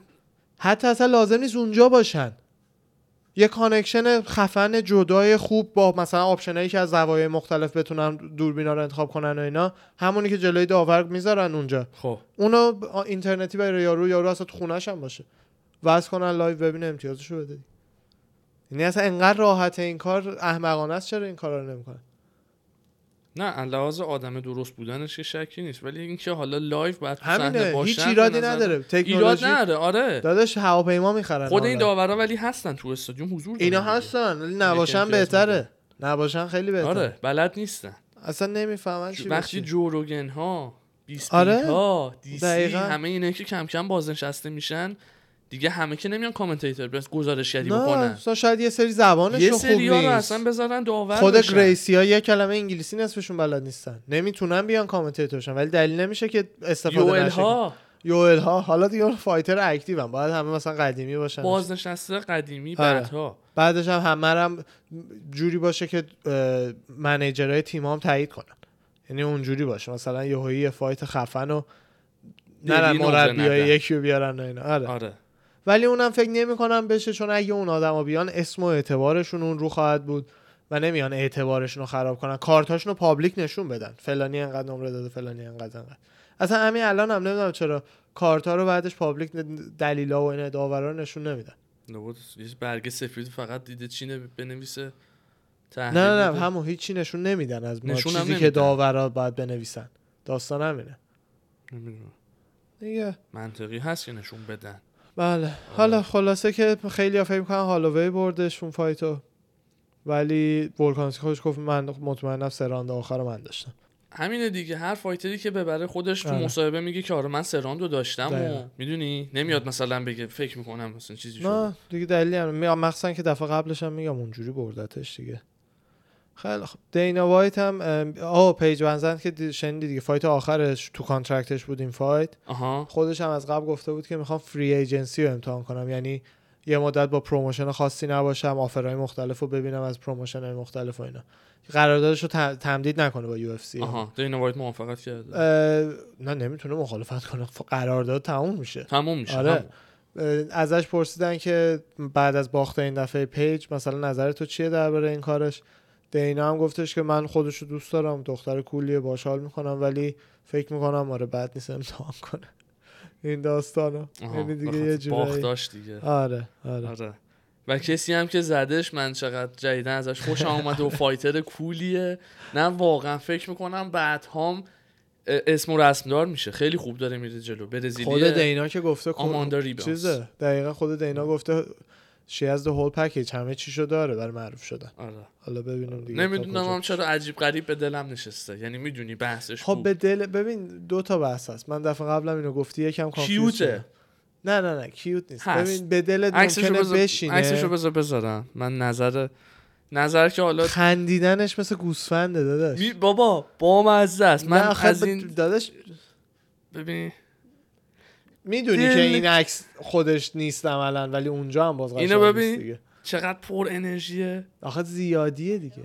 Speaker 2: حتی اصلا لازم نیست اونجا باشن یه کانکشن خفن جدای خوب با مثلا آپشنایی که از زوایای مختلف بتونن دوربینا رو انتخاب کنن و اینا همونی که جلوی داور میذارن اونجا
Speaker 1: خب
Speaker 2: اونو ب- اینترنتی برای یارو یارو اصلا تو خونش هم باشه وز کنن لایو ببینه امتیازشو بده یعنی اصلا انقدر راحت این کار احمقانه است چرا این کارا رو نمیکنن
Speaker 1: نه از لحاظ آدم درست بودنش که شکی نیست ولی اینکه حالا لایو بعد تو صحنه
Speaker 2: همینه هیچ
Speaker 1: باشن
Speaker 2: ایرادی
Speaker 1: به نظر-
Speaker 2: نداره
Speaker 1: ایراد
Speaker 2: تکنولوژی
Speaker 1: نداره آره
Speaker 2: داداش هواپیما میخرن
Speaker 1: خود این
Speaker 2: آنلاین.
Speaker 1: داورا ولی هستن تو استادیوم حضور دارن
Speaker 2: اینا
Speaker 1: دیگه.
Speaker 2: هستن ولی
Speaker 1: امتیاز
Speaker 2: نباشن
Speaker 1: میده.
Speaker 2: بهتره نباشن خیلی بهتره
Speaker 1: آره بلد نیستن
Speaker 2: اصلا نمیفهمن چی
Speaker 1: وقتی
Speaker 2: وقتی
Speaker 1: جوروگن ها بیس
Speaker 2: آره.
Speaker 1: ها دی سی،
Speaker 2: دقیقاً.
Speaker 1: همه اینا که کم کم بازنشسته میشن دیگه همه که نمیان کامنتیتور بس گزارشگری
Speaker 2: نه
Speaker 1: بکنن
Speaker 2: اصلا شاید یه سری
Speaker 1: یه
Speaker 2: زبانشون خوب
Speaker 1: سری رو
Speaker 2: نیست
Speaker 1: اصلا بذارن داور
Speaker 2: خود
Speaker 1: بشن.
Speaker 2: گریسی ها یه کلمه انگلیسی نصفشون بلد نیستن نمیتونن بیان کامنتیتورشن ولی دلیل نمیشه که استفاده
Speaker 1: یوئل
Speaker 2: نشه
Speaker 1: ها
Speaker 2: یوئل ها حالا دیگه اون فایتر اکتیو هم باید همه مثلا قدیمی باشن
Speaker 1: بازنشسته قدیمی
Speaker 2: آره.
Speaker 1: بعدها
Speaker 2: بعدش هم همه رو هم جوری باشه که اه، منیجرهای تیم هم تایید کنن یعنی اونجوری باشه مثلا یهویی یه فایت خفن و نرن
Speaker 1: دیدی نقره
Speaker 2: مربیای
Speaker 1: ندن.
Speaker 2: یکی رو بیارن و اینا آره.
Speaker 1: آره
Speaker 2: ولی اونم فکر نمیکنم بشه چون اگه اون آدما بیان اسم و اعتبارشون اون رو خواهد بود و نمیان اعتبارشون رو خراب کنن کارتاشون رو پابلیک نشون بدن فلانی انقدر نمره داده فلانی انقدر انقدر اصلا همین الان هم نمیدونم چرا کارتا رو بعدش پابلیک ن- دلیلا و این داورا رو نشون نمیدن
Speaker 1: نبود یه برگه سفید فقط دیده چینه بنویسه
Speaker 2: نه
Speaker 1: تحلیل
Speaker 2: نه نه
Speaker 1: بده.
Speaker 2: همون هیچی نشون نمیدن از ما
Speaker 1: نشون هم
Speaker 2: چیزی که
Speaker 1: نمیدن.
Speaker 2: داورا باید بنویسن داستان همینه
Speaker 1: نمی‌دونم.
Speaker 2: دیگه
Speaker 1: منطقی هست که نشون بدن
Speaker 2: بله حالا خلاصه که خیلی ها فکر میکنن هالووی بردش اون فایتو ولی ولکانسکی خودش گفت من مطمئنم سه راند آخر رو من داشتم
Speaker 1: همینه دیگه هر فایتری که ببره خودش تو
Speaker 2: آره.
Speaker 1: مصاحبه میگه که آره من سراندو داشتم و
Speaker 2: دقیقاً.
Speaker 1: میدونی نمیاد مثلا بگه فکر میکنم مثلا چیزی شده
Speaker 2: نه دیگه دلیلی هم می- مخصوصا که دفعه قبلش هم میگم اونجوری بردتش دیگه خیلی خب دینا وایت هم ام، آه پیج ونزن که دی- شنیدی دیگه فایت آخرش تو کانترکتش بود این فایت
Speaker 1: آها
Speaker 2: خودش هم از قبل گفته بود که میخوام فری ایجنسی رو امتحان کنم یعنی یه مدت با پروموشن خاصی نباشم آفرهای مختلف رو ببینم از پروموشن های مختلف و اینا قراردادش رو ت- تمدید نکنه با یو اف سی
Speaker 1: آها تو این وارد موافقت
Speaker 2: آره.
Speaker 1: کرده
Speaker 2: نه نمیتونه مخالفت کنه ف- قرارداد تموم میشه
Speaker 1: تموم میشه
Speaker 2: آره
Speaker 1: تموم.
Speaker 2: اه، ازش پرسیدن که بعد از باخت این دفعه پیج مثلا نظر تو چیه درباره این کارش دینا هم گفتش که من خودشو دوست دارم دختر کولیه باش حال میکنم ولی فکر میکنم آره بد نیست امتحان کنه این داستانا
Speaker 1: آها،
Speaker 2: یعنی دیگه
Speaker 1: بخاطر
Speaker 2: یه جورایی
Speaker 1: باختاش دیگه
Speaker 2: آره آره
Speaker 1: آره. و کسی هم که زدش من چقدر جدیدن ازش خوشم اومده و فایتر کولیه نه واقعا فکر میکنم بعد هم اسم و رسمدار میشه خیلی خوب داره میره جلو
Speaker 2: خود
Speaker 1: برزیلی
Speaker 2: دینا که گفته کو-
Speaker 1: آماندا ریبانس.
Speaker 2: چیزه دقیقا خود دینا گفته شی از هول پکیج همه چیشو داره برای معروف شدن
Speaker 1: آره.
Speaker 2: حالا ببینیم دیگه تا
Speaker 1: نمیدونم
Speaker 2: کجا.
Speaker 1: هم چرا عجیب غریب به دلم نشسته یعنی میدونی بحثش
Speaker 2: خب
Speaker 1: خوب
Speaker 2: به دل ببین دو تا بحث هست من دفعه قبلم اینو گفتی یکم کانفیوز
Speaker 1: کیوته
Speaker 2: شدم. نه نه نه کیوت نیست
Speaker 1: هست.
Speaker 2: ببین به دلت
Speaker 1: عکسشو
Speaker 2: ممکنه
Speaker 1: بذار عکسشو
Speaker 2: بشینه
Speaker 1: بذار بذارم من نظر نظر که حالا
Speaker 2: خب. خندیدنش مثل گوسفنده داداش
Speaker 1: می- بابا بامزه است من
Speaker 2: نه آخه
Speaker 1: از
Speaker 2: به-
Speaker 1: این
Speaker 2: داداش
Speaker 1: ببین
Speaker 2: میدونی
Speaker 1: دل-
Speaker 2: که این عکس خودش نیست عملا ولی اونجا هم باز
Speaker 1: اینو
Speaker 2: قشنگ نیست
Speaker 1: ببین.
Speaker 2: دیگه.
Speaker 1: چقدر پر انرژیه
Speaker 2: آخه زیادیه دیگه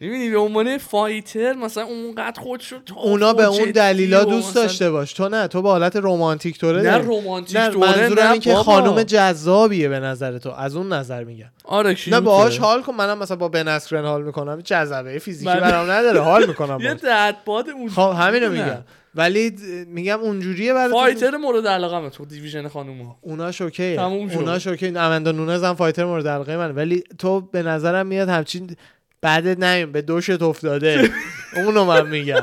Speaker 1: میبینی به عنوان فایتر مثلا اونقدر خودشو تا
Speaker 2: اونا به اون دلیلا دوست
Speaker 1: داشته
Speaker 2: داشته باش تو نه تو به حالت رمانتیک توره
Speaker 1: نه
Speaker 2: داری.
Speaker 1: رمانتیک
Speaker 2: نه،
Speaker 1: دوره،
Speaker 2: منظورم
Speaker 1: نه
Speaker 2: این که
Speaker 1: بابا.
Speaker 2: خانم جذابیه به نظر تو از اون نظر میگم
Speaker 1: آره کیوته.
Speaker 2: نه باهاش حال کن منم مثلا با بنسکرن حال میکنم جذبه فیزیکی
Speaker 1: من-
Speaker 2: برام نداره حال میکنم
Speaker 1: یه
Speaker 2: باهاش.
Speaker 1: دهت باد اون
Speaker 2: خب همینو
Speaker 1: نه.
Speaker 2: میگم ولی د- میگم اونجوریه برای
Speaker 1: فایتر مورد علاقه همه تو دیویژن خانوما
Speaker 2: اونا شوکه
Speaker 1: تموم شد.
Speaker 2: اونا شوکه امندا نونز هم فایتر مورد علاقه من ولی تو به نظرم میاد همچین بعدت نیم به دوشت افتاده اونو من میگم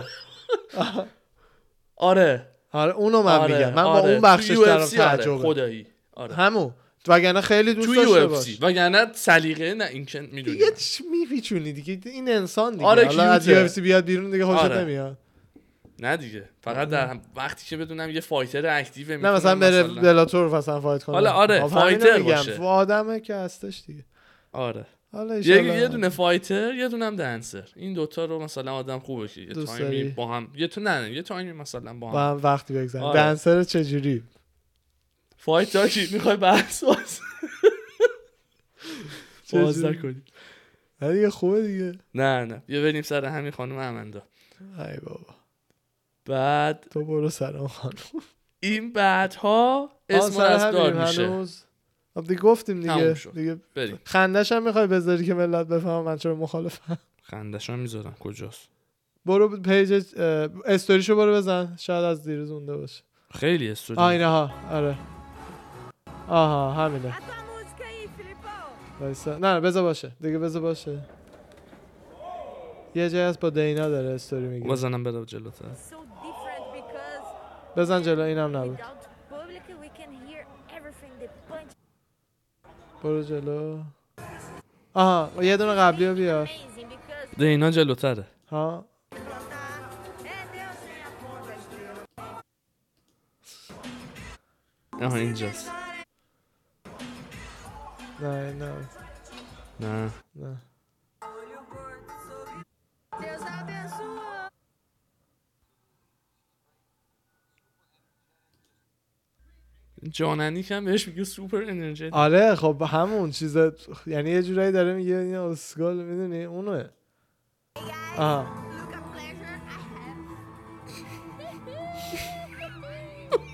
Speaker 1: آره
Speaker 2: آره اونو من
Speaker 1: آره
Speaker 2: میگم من
Speaker 1: آره.
Speaker 2: با اون
Speaker 1: تو
Speaker 2: بخشش
Speaker 1: UFC
Speaker 2: طرف
Speaker 1: آره،
Speaker 2: تعجبه
Speaker 1: خدایی آره
Speaker 2: همون وگرنه خیلی دوست
Speaker 1: تو
Speaker 2: داشته
Speaker 1: یو اف
Speaker 2: باش
Speaker 1: سی وگرنه سلیقه نه این که میدونی
Speaker 2: دیگه چی میپیچونی دیگه این انسان دیگه
Speaker 1: آره،
Speaker 2: حالا از یو
Speaker 1: کیوته.
Speaker 2: اف سی بیاد بیرون دیگه خوشت
Speaker 1: آره.
Speaker 2: نمیاد
Speaker 1: نه دیگه فقط در هم- وقتی که بدونم یه فایتر اکتیو
Speaker 2: آره. نه مثلا بره بلاتور مثلا فایت کنه
Speaker 1: حالا آره،
Speaker 2: خب همینو
Speaker 1: فایتر
Speaker 2: میگم.
Speaker 1: باشه.
Speaker 2: تو آدمه که هستش دیگه
Speaker 1: آره
Speaker 2: حالا
Speaker 1: یه,
Speaker 2: ایشالا
Speaker 1: یه دونه فایتر یه دونه هم دنسر این دوتا رو مثلا آدم خوبه که یه
Speaker 2: دوست
Speaker 1: تایمی
Speaker 2: داری.
Speaker 1: با هم یه تو نه نه، یه تایمی مثلا با هم
Speaker 2: با هم وقتی بگذاریم
Speaker 1: آره.
Speaker 2: دنسر چجوری
Speaker 1: فایت داشتی میخوای بحث باز باز
Speaker 2: چجوری؟
Speaker 1: نکنی
Speaker 2: آره دیگه خوبه دیگه
Speaker 1: نه نه بیا بریم سر همین خانم امندا
Speaker 2: ای بابا
Speaker 1: بعد
Speaker 2: تو برو سر اون خانم
Speaker 1: این بعدها
Speaker 2: آه،
Speaker 1: اسم
Speaker 2: سر
Speaker 1: رستگار
Speaker 2: همینیم
Speaker 1: میشه
Speaker 2: هنوز خب دیگه گفتیم
Speaker 1: تموم
Speaker 2: دیگه
Speaker 1: شد.
Speaker 2: دیگه
Speaker 1: بریم
Speaker 2: خندش هم میخوای بذاری که ملت بفهم من چرا مخالفم
Speaker 1: خندش میذارم کجاست
Speaker 2: برو پیج اه، استوریشو برو بزن شاید از دیروز مونده باشه
Speaker 1: خیلی استوری
Speaker 2: آه اینه ها آره آها همینه
Speaker 5: A tua música aí, Filipão.
Speaker 2: وایسا. نه نه بذار باشه دیگه بذار باشه یه جایی هست با دینا داره استوری میگه
Speaker 1: بزنم برم جلوتر
Speaker 5: So different because
Speaker 2: بزن جلو اینم نبود
Speaker 5: without public we can hear everything the punch
Speaker 2: برو جلو آها یه دونه قبلی رو بیار
Speaker 5: amazing because
Speaker 1: دینا جلوتره
Speaker 2: ها
Speaker 5: é Deus sem a conta.
Speaker 1: آها اینجاست
Speaker 2: نه نه
Speaker 1: نه
Speaker 2: نه
Speaker 5: Deus abençoa.
Speaker 1: جاننی کم بهش میگه سوپر انرژی
Speaker 2: آره خب همون چیز یعنی یه جورایی داره میگه این اسکال میدونی اونو آها
Speaker 5: Look a pleasure I have.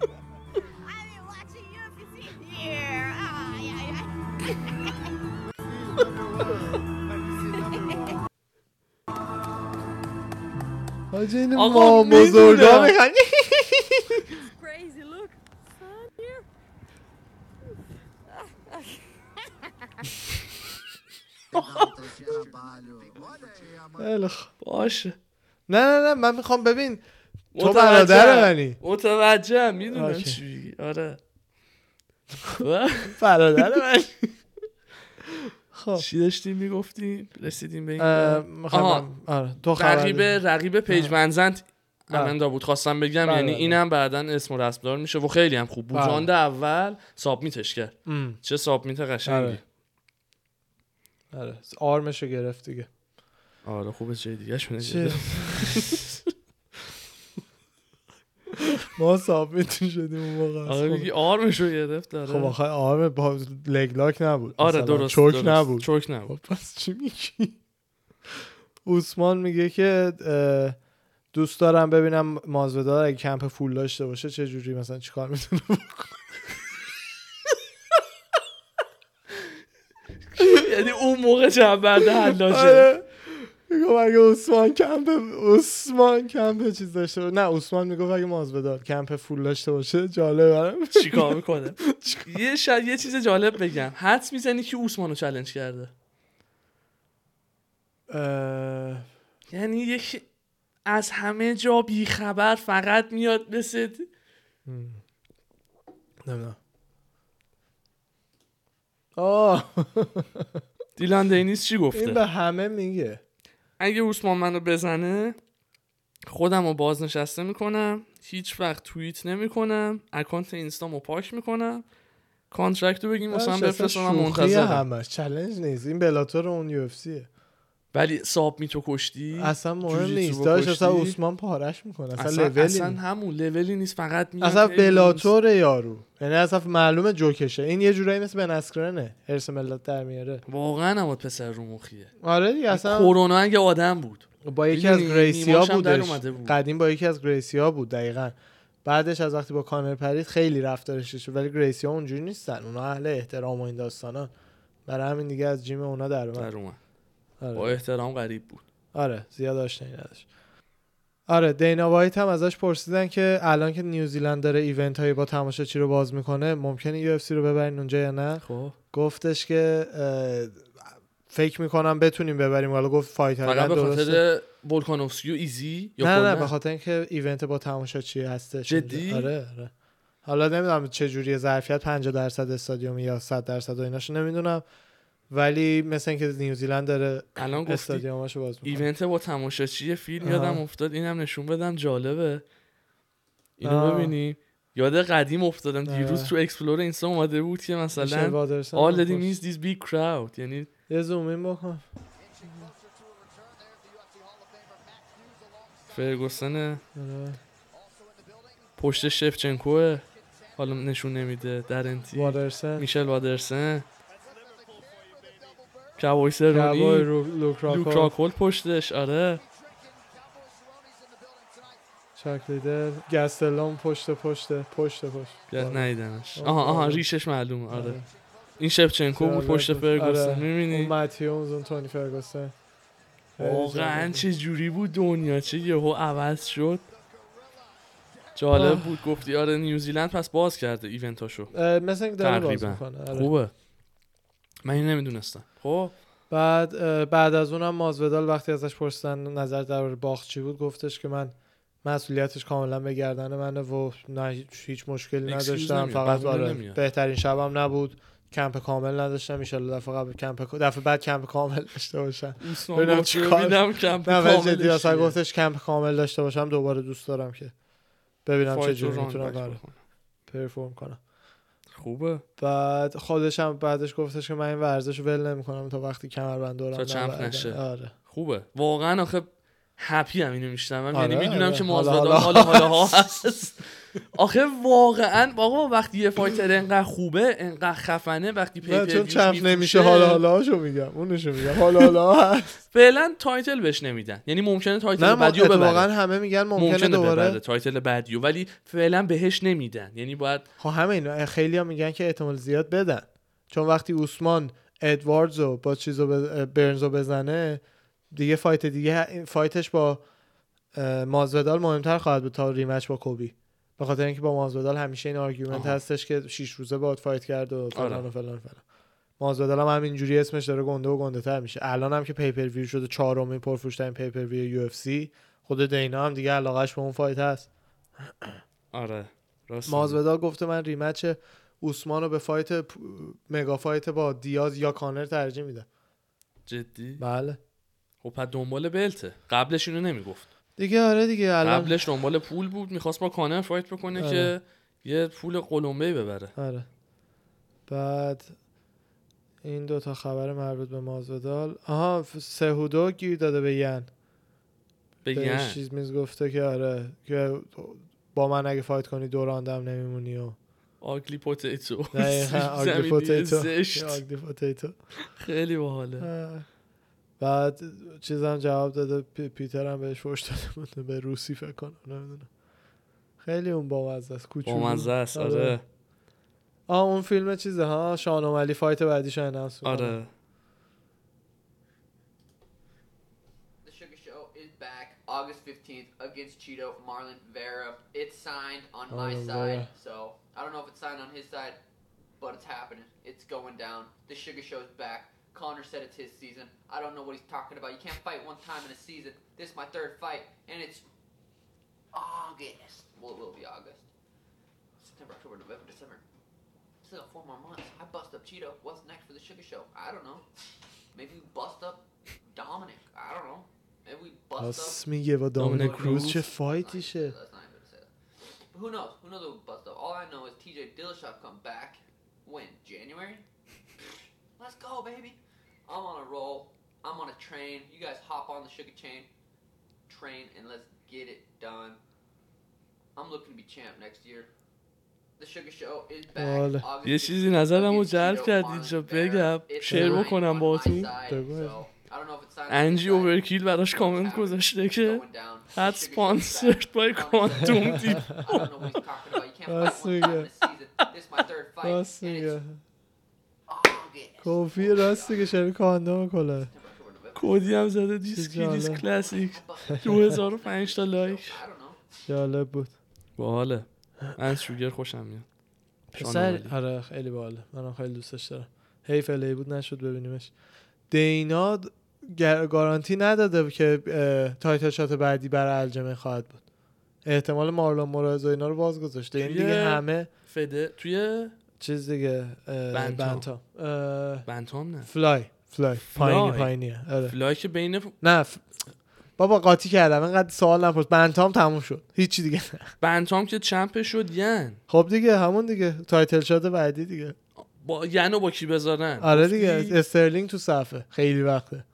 Speaker 5: I've been watching UFC here. Ah, Ay, ay, ay.
Speaker 2: حاجی این
Speaker 1: آقا
Speaker 2: ما
Speaker 1: می‌دونم.
Speaker 2: بزرگا میخوان
Speaker 5: Crazy look. Sun here.
Speaker 2: خیلی خوب.
Speaker 1: باشه
Speaker 2: نه نه نه من میخوام ببین تو
Speaker 1: متوجهم.
Speaker 2: برادر منی
Speaker 1: متوجهم میدونم
Speaker 2: اوکی.
Speaker 1: چی میگی آره
Speaker 2: برادر من خب
Speaker 1: چی داشتیم میگفتیم رسیدیم به این
Speaker 2: اه،
Speaker 1: آها.
Speaker 2: میخوام من- آره تو خبر
Speaker 1: رقیب
Speaker 2: بده.
Speaker 1: رقیب پیج منزند
Speaker 2: بله.
Speaker 1: امندا بود خواستم بگم
Speaker 2: بله،
Speaker 1: یعنی
Speaker 2: بله.
Speaker 1: اینم بعدا اسم و رسمدار میشه و خیلی هم خوب بود
Speaker 2: بله.
Speaker 1: راند اول سابمیتش کرد
Speaker 2: ام.
Speaker 1: چه سابمیت قشنگی
Speaker 2: آره. آره آرمشو گرفت دیگه
Speaker 1: آره خوبه چه دیگه
Speaker 2: چه؟ ما سابمیتون شدیم اون موقع
Speaker 1: آره
Speaker 2: خب.
Speaker 1: میگی آرمشو گرفت داره
Speaker 2: خب آخه آرم با لگلاک نبود
Speaker 1: آره
Speaker 2: مثلا
Speaker 1: درست
Speaker 2: چرک
Speaker 1: درست.
Speaker 2: نبود
Speaker 1: چرک نبود
Speaker 2: خب پس چی میگی عثمان میگه که اه، دوست دارم ببینم مازودار اگه کمپ فول داشته باشه چه جوری مثلا چیکار میتونه خب.
Speaker 1: یعنی اون موقع چنبرده
Speaker 2: آره.
Speaker 1: حلاجه
Speaker 2: میگم اگه عثمان کمپ عثمان کمپ چیز داشته باشه نه عثمان میگفت اگه مازودار کمپ فول داشته باشه جالب برام
Speaker 1: چیکار میکنه یه شاید یه چیز جالب بگم حدس میزنی که اوسمانو چلنج کرده
Speaker 2: اه،
Speaker 1: یعنی یک از همه جا بیخبر فقط میاد مثل
Speaker 2: نمیدونم آه
Speaker 1: دیلان دینیس چی
Speaker 2: این
Speaker 1: گفته
Speaker 2: به همه میگه
Speaker 1: اگه اوسمان منو بزنه خودم رو بازنشسته میکنم هیچ وقت توییت نمیکنم اکانت اینستامو پاک میکنم کانترکت رو بگیم واسه هم بفرستم من منتظرم
Speaker 2: همش چلنج نیست این بلاتور اون یو اف سیه
Speaker 1: ولی ساب میتو کشتی
Speaker 2: اصلا مهم
Speaker 1: جوجیتسو
Speaker 2: نیست داشت
Speaker 1: کشتی؟
Speaker 2: اصلا عثمان پارش میکنه اصلا,
Speaker 1: اصلا,
Speaker 2: لولی
Speaker 1: اصلا
Speaker 2: نیست.
Speaker 1: همون لولی نیست فقط میاد
Speaker 2: اصلا
Speaker 1: هی
Speaker 2: بلاتور یارو یعنی اصلا معلومه جوکشه این یه جورایی مثل بن اسکرنه هرس ملت در میاره
Speaker 1: واقعا نماد پسر رو مخیه
Speaker 2: آره دیگه اصلا
Speaker 1: کرونا اگه آدم بود
Speaker 2: با یکی از
Speaker 1: می‌دونی،
Speaker 2: گریسیا
Speaker 1: نیماشم در
Speaker 2: بودش
Speaker 1: اومده بود.
Speaker 2: قدیم با یکی از گریسیا بود دقیقا بعدش از وقتی با کانر پرید خیلی رفتارش شد ولی گریسیا اونجوری نیستن اونا اهل احترام و این داستانا برای همین دیگه از جیم اونا در اومد
Speaker 1: در اومد.
Speaker 2: آره.
Speaker 1: با احترام غریب بود
Speaker 2: آره زیاد آشنایی نداشت آره دینا وایت هم ازش پرسیدن که الان که نیوزیلند داره ایونت های با تماشاچی رو باز میکنه ممکنه یو اف سی رو ببرین اونجا یا نه
Speaker 1: خب
Speaker 2: گفتش که اه، فکر میکنم بتونیم ببریم حالا گفت فایت
Speaker 1: فقط
Speaker 2: آیلند
Speaker 1: به
Speaker 2: درسته
Speaker 1: خاطر ولکانوفسکی و ایزی یا
Speaker 2: نه نه
Speaker 1: کلاً؟
Speaker 2: به خاطر اینکه ایونت با تماشاچی هستش
Speaker 1: جدی؟
Speaker 2: اونجا. آره آره حالا نمیدونم چه جوری ظرفیت 50 درصد استادیوم یا 100 درصد و ایناشو نمیدونم ولی مثل اینکه نیوزیلند داره
Speaker 1: الان گفتی
Speaker 2: استادیوماشو باز میکنه
Speaker 1: ایونت با تماشاچی فیلم
Speaker 2: آها.
Speaker 1: یادم افتاد اینم نشون بدم جالبه اینو
Speaker 2: آه.
Speaker 1: ببینی یاد قدیم افتادم
Speaker 2: آره.
Speaker 1: دیروز تو اکسپلور اینستا اومده بود که
Speaker 2: میشل
Speaker 1: مثلا
Speaker 2: وادرسن هم
Speaker 1: all that
Speaker 2: پرسید.
Speaker 1: means this big crowd یعنی
Speaker 2: یه زومین بکن
Speaker 1: فرگوسن
Speaker 2: آره.
Speaker 1: پشت شفچنکوه حالا نشون نمیده درنتی
Speaker 2: وادرسن
Speaker 1: میشل وادرسن کوای
Speaker 2: کبای
Speaker 1: سرونی
Speaker 2: رو لوکراکو
Speaker 1: لوک راکول پشتش آره
Speaker 2: چک لیدر گستلون پشت پشت پشت پشت
Speaker 1: یاد نیدمش آها آها ریشش معلومه آره
Speaker 2: آره.
Speaker 1: این شفچنکو بود پشت فرگوسن
Speaker 2: اون
Speaker 1: میبینی
Speaker 2: متیونز اون تونی فرگوسن خیلی
Speaker 1: واقعا
Speaker 2: جالب.
Speaker 1: چه جوری بود دنیا چه یهو عوض شد جالب بود گفتی آره نیوزیلند پس باز کرده ایونتاشو
Speaker 2: اه، مثل اینکه داره باز
Speaker 1: تقریبا
Speaker 2: میکنه آره.
Speaker 1: خوبه من اینو نمیدونستم خب
Speaker 2: بعد اه، بعد از اونم مازودال وقتی ازش پرسیدن نظر درباره باخت چی بود گفتش که من مسئولیتش کاملا به گردن منه و نه هیچ- هیچ مشکلی
Speaker 1: Excuse
Speaker 2: نداشتم
Speaker 1: نمیاد،
Speaker 2: فقط
Speaker 1: بهونه
Speaker 2: آره
Speaker 1: نمیاد.
Speaker 2: بهترین شبم نبود کمپ کامل نداشتم ان دفعه قبل کمپ دفعه بعد کمپ کامل داشته باشم ببینم
Speaker 1: گفت
Speaker 2: چی کار-
Speaker 1: ببینم کمپ
Speaker 2: نه ولی
Speaker 1: کاملش
Speaker 2: جدی اصلا
Speaker 1: چیه.
Speaker 2: گفتش کمپ کامل داشته باشم دوباره دوست دارم که ببینم چه
Speaker 1: فایت رو
Speaker 2: جوری
Speaker 1: ران
Speaker 2: میتونم
Speaker 1: بک
Speaker 2: آره،
Speaker 1: بکنم.
Speaker 2: پرفورم کنم
Speaker 1: خوبه
Speaker 2: بعد خودش هم بعدش گفتش که من این ورزش رو ول نمیکنم تا وقتی کمربند دورم
Speaker 1: تا چمپ
Speaker 2: نبردن.
Speaker 1: نشه.
Speaker 2: آره
Speaker 1: خوبه واقعا آخه هپی هم اینو میشنوم
Speaker 2: آره،
Speaker 1: یعنی میدونم
Speaker 2: آره.
Speaker 1: که
Speaker 2: حالا،
Speaker 1: مازودال حالا
Speaker 2: حالا
Speaker 1: حالا ها هست آخه واقعا آقا وقتی یه فایتر انقدر خوبه انقدر خفنه وقتی
Speaker 2: نه
Speaker 1: پیپر
Speaker 2: چون چمپ نمیشه حالا حالا هاشو میگم اونشو میگم حالا حالا هست
Speaker 1: فعلا تایتل بهش نمیدن یعنی ممکنه تایتل
Speaker 2: نه
Speaker 1: بعدیو
Speaker 2: واقعا
Speaker 1: ببره
Speaker 2: همه میگن ممکنه,
Speaker 1: ممکنه ببره بله،
Speaker 2: دوباره
Speaker 1: تایتل بعدیو ولی فعلا بهش نمیدن یعنی باید
Speaker 2: خب همه اینا خیلی ها میگن که احتمال زیاد بدن چون وقتی عثمان ادواردز رو با چیزو بز... برنزو بزنه دیگه فایت دیگه این فایتش با اه، مازودال مهمتر خواهد بود تا ریمچ با کوبی به خاطر اینکه با مازودال همیشه این آرگومنت
Speaker 1: آها.
Speaker 2: هستش که شیش روزه باید فایت کرد و فلان
Speaker 1: آره.
Speaker 2: و فلان و فلان مازودال هم همینجوری اسمش داره گنده و گنده تر میشه الان هم که پیپر ویو شده چهارمین پرفروشترین پیپر ویو یو اف سی خود دینا هم دیگه علاقش به اون فایت هست
Speaker 1: آره راست میگی.
Speaker 2: مازودال گفته من ریمچ اوسمان رو به فایت پ- مگا فایت با دیاز یا کانر ترجیح میدم
Speaker 1: جدی
Speaker 2: بله
Speaker 1: خب پس دنبال بلته قبلش اینو نمیگفت
Speaker 2: دیگه آره دیگه الان
Speaker 1: قبلش دنبال پول بود میخواست با کانر فایت بکنه
Speaker 2: آره.
Speaker 1: که یه پول قلمبه ببره
Speaker 2: آره بعد این دو تا خبر مربوط به مازودال آها ف- سهودو گیر داده به ین
Speaker 1: بگن
Speaker 2: بهش چیز میز گفته که آره که با من اگه فایت کنی دو راندم نمیمونی و
Speaker 1: آگلی پوتیتو
Speaker 2: دقیقاً آره. آگلی
Speaker 1: زمینی
Speaker 2: پوتیتو
Speaker 1: زشت.
Speaker 2: آگلی پوتیتو
Speaker 1: خیلی باحاله
Speaker 2: آه. بعد چیزم جواب داده پی- پیتر هم بهش فوش داده بود به روسی فکر کنم نمیدونم خیلی اون بامزه است کوچولو
Speaker 1: بامزه است آره
Speaker 2: آه اون فیلم چیزه ها شان و علی فایت بعدیش انانس
Speaker 1: آره
Speaker 6: The Sugar Show is back August 15th against Cheeto Marlon Vera. It's signed on my
Speaker 2: Marlon
Speaker 6: side,
Speaker 2: Vera.
Speaker 6: so I don't know if it's signed on his side, but it's happening. It's going down. The Sugar Show is back. Connor said it's his season. I don't know what he's talking about. You can't fight one time in a season. This is my third fight, and it's August. Well, it will be August. September, October, November, December. Still got four more months. I bust up Cheeto. What's next for the Sugar Show? I don't know. Maybe we bust up Dominic. I don't know. Maybe we bust up.
Speaker 2: راست میگه با دامین
Speaker 1: دامینیک کروز.
Speaker 2: کروز چه
Speaker 6: I ain't say
Speaker 2: فایتیشه
Speaker 6: that, That's not even to say that. But who knows? Who knows what we'll bust up? All I know is TJ Dillashaw come back when January. Let's go, baby. I'm on a roll. I'm on a train. You guys hop on the sugar chain train and let's get it done. I'm looking to be champ next year. The Sugar Show is back.
Speaker 2: Well,
Speaker 6: August
Speaker 1: یه چیزی نظرم رو جلب
Speaker 6: 15th.
Speaker 1: کرد اینجا بگم
Speaker 6: It's
Speaker 1: شیر
Speaker 6: signed on
Speaker 1: بکنم
Speaker 6: my
Speaker 1: باهاتون
Speaker 6: side,
Speaker 2: بگو.
Speaker 6: so I don't know if it's signed on
Speaker 1: انجی
Speaker 6: his side.
Speaker 1: اوورکیل براش کامنت گذاشته که هد سپانسرد بای کوانتوم دیپ
Speaker 2: راست میگه. راست میگه کوفی راست میگه شبیه کاندوم کلا
Speaker 1: کودی هم زده دیس
Speaker 2: چه جالب.
Speaker 1: کلیس کلاسیک 2005 تا لایک
Speaker 2: جالب بود
Speaker 1: باحاله من شوگر خوشم میاد
Speaker 2: پسر
Speaker 1: شانوالی.
Speaker 2: آره خیلی باحاله منم خیلی دوستش دارم حیف الی بود نشد ببینیمش دینا د- گر- گارانتی نداده که اه، تایتل شات بعدی برای الجمه خواهد بود احتمال مارلون مورایز و اینا رو باز گذاشته این
Speaker 1: توی-
Speaker 2: دیگه همه
Speaker 1: فده توی
Speaker 2: چیز دیگه اه،
Speaker 1: بنتا.
Speaker 2: بنتا اه،
Speaker 1: بنتام نه
Speaker 2: فلای فلای پایینی پایینیه آره.
Speaker 1: فلای که بین ف-
Speaker 2: نه ف- بابا قاطی کردم اینقدر سوال نپرس بنتام تموم شد هیچی دیگه نه
Speaker 1: بنتام که چمپ شد ین
Speaker 2: خب دیگه همون دیگه تایتل شات بعدی دیگه
Speaker 1: با ین و با کی بذارن
Speaker 2: آره
Speaker 1: گفتی؟
Speaker 2: دیگه استرلینگ تو صفحه خیلی وقته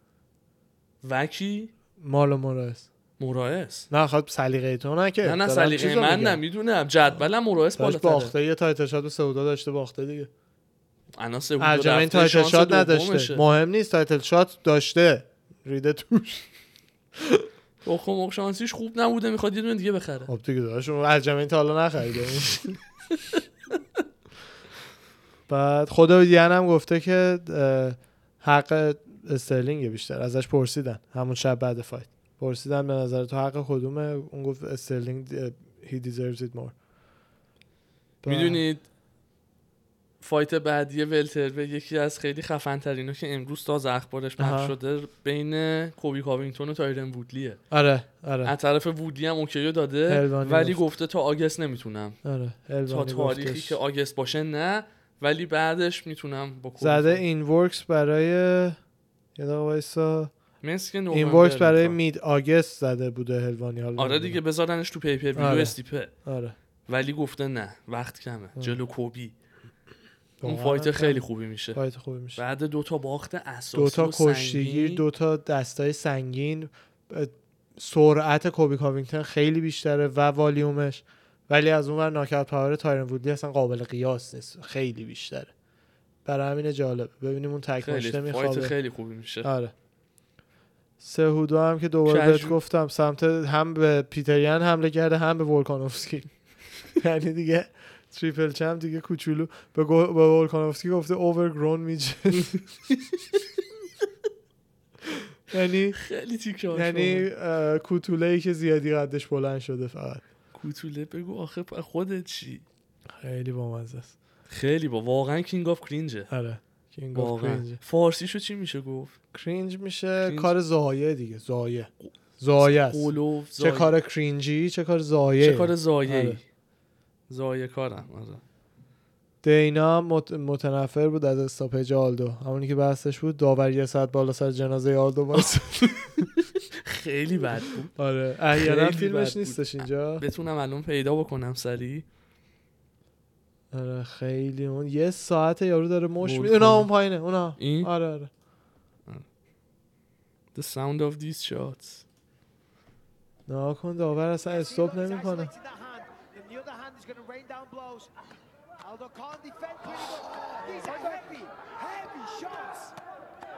Speaker 1: وکی
Speaker 2: مارلو مورایس
Speaker 1: مورایس
Speaker 2: نه خب سلیقه تو نه که
Speaker 1: نه نه
Speaker 2: دارم
Speaker 1: سلیقه
Speaker 2: چیزو
Speaker 1: من
Speaker 2: میگم.
Speaker 1: نمیدونم جدولم مورایس
Speaker 2: داشت
Speaker 1: بالاتره
Speaker 2: باخته یه تایتل شات به سعودا داشته باخته دیگه
Speaker 1: انا سه
Speaker 2: ارجمین این تایتل شات نداشته مهم نیست تایتل شات داشته ریده توش
Speaker 1: مخ خب، شانسیش خوب نبوده میخواد یه دونه دیگه بخره
Speaker 2: خب دیگه داشت اون ارجمین تا حالا نخریده بعد خدا دیان هم گفته که اه، حق استرلینگ بیشتر ازش پرسیدن همون شب بعد فایت پرسیدن به نظر تو حق کدومه اون گفت استرلینگ اه، he deserves it more بعد-
Speaker 1: میدونید فایت بعدی ولتر به یکی از خیلی خفن ترینا که امروز تازه اخبارش پخش
Speaker 2: آها.
Speaker 1: شده بین کوبی کاوینگتون و تایرن وودلیه
Speaker 2: آره آره
Speaker 1: از طرف وودلی هم اوکیو داده
Speaker 2: هلوانی
Speaker 1: ولی
Speaker 2: گفت.
Speaker 1: گفته تا آگست نمیتونم
Speaker 2: آره
Speaker 1: تا
Speaker 2: الوانی
Speaker 1: تاریخی
Speaker 2: گفتش.
Speaker 1: که آگست باشه نه ولی بعدش میتونم با کوبی
Speaker 2: زده
Speaker 1: کاوینگتون.
Speaker 2: این ورکس برای یه دقیقه وایسا
Speaker 1: مثل که
Speaker 2: این
Speaker 1: نوامبر
Speaker 2: ورکس برای
Speaker 1: میخوام.
Speaker 2: مید آگست زده بوده هلوانی حالا
Speaker 1: آره
Speaker 2: نمی‌دونم.
Speaker 1: دیگه بذارنش تو پیپر ویو
Speaker 2: آره.
Speaker 1: استیپه
Speaker 2: آره
Speaker 1: ولی گفته نه وقت کمه جلو کوبی اون
Speaker 2: واقعاً
Speaker 1: فایت
Speaker 2: هم
Speaker 1: خیلی خوبی میشه
Speaker 2: فایت خوبی میشه
Speaker 1: بعد دو تا باخت اساسی
Speaker 2: دو تا
Speaker 1: و سنگین.
Speaker 2: کشتیگیر دو تا دستای سنگین اه، سرعت کوبی کاوینگتن خیلی بیشتره و والیومش ولی از اون ور ناکات پاور تایرن وودلی اصلا قابل قیاس نیست خیلی بیشتره برای همین جالب ببینیم اون تک مشته
Speaker 1: خیلی فایت
Speaker 2: میخوابه
Speaker 1: خیلی خوبی میشه
Speaker 2: آره سهودو هم که دوباره بهت
Speaker 1: کژو-
Speaker 2: گفتم سمت هم به پیتریان حمله کرده هم به ولکانوفسکی یعنی دیگه تریپل چم دیگه کوچولو به, گو- به ولکانوفسکی گفته اوورگرون میجه یعنی
Speaker 1: خیلی تیکه هاش
Speaker 2: یعنی کوتوله ای که زیادی قدش بلند شده فقط
Speaker 1: با. کوتوله بگو آخه پ- خودت چی
Speaker 2: خیلی بامزه است
Speaker 1: خیلی با واقعا کینگ آف کرینجه
Speaker 2: آره کینگ آف
Speaker 1: واقعا
Speaker 2: کرینج
Speaker 1: فارسیشو چی میشه گفت
Speaker 2: کرینج میشه
Speaker 1: کرینج.
Speaker 2: کار زایه دیگه زایه زایه است
Speaker 1: قلو
Speaker 2: Oh, چه
Speaker 1: زایه.
Speaker 2: کار کرینجی چه کار زایه
Speaker 1: چه کار زایه
Speaker 2: آره.
Speaker 1: زایه کارم آره.
Speaker 2: دینا مت... متنفر بود از استاپیج آلدو همونی که بحثش بود داور یه ساعت بالا سر جنازه آلدو باز
Speaker 1: خیلی بد بود
Speaker 2: آره احیانا
Speaker 1: خیلی بد
Speaker 2: فیلمش
Speaker 1: بود.
Speaker 2: نیستش اینجا
Speaker 1: بتونم الان پیدا بکنم سریع
Speaker 2: آره خیلی اون یه ساعت یارو داره مش
Speaker 1: بول
Speaker 2: میده اونا
Speaker 1: کنه.
Speaker 2: اون پایینه اونا
Speaker 1: این؟
Speaker 2: آره آره
Speaker 1: The sound of these shots
Speaker 2: نها کن داور اصلا استوب نمیکنه
Speaker 3: Isolates the hand.
Speaker 7: going to rain down blows. Although Khan defend pretty good. These are heavy, heavy shots.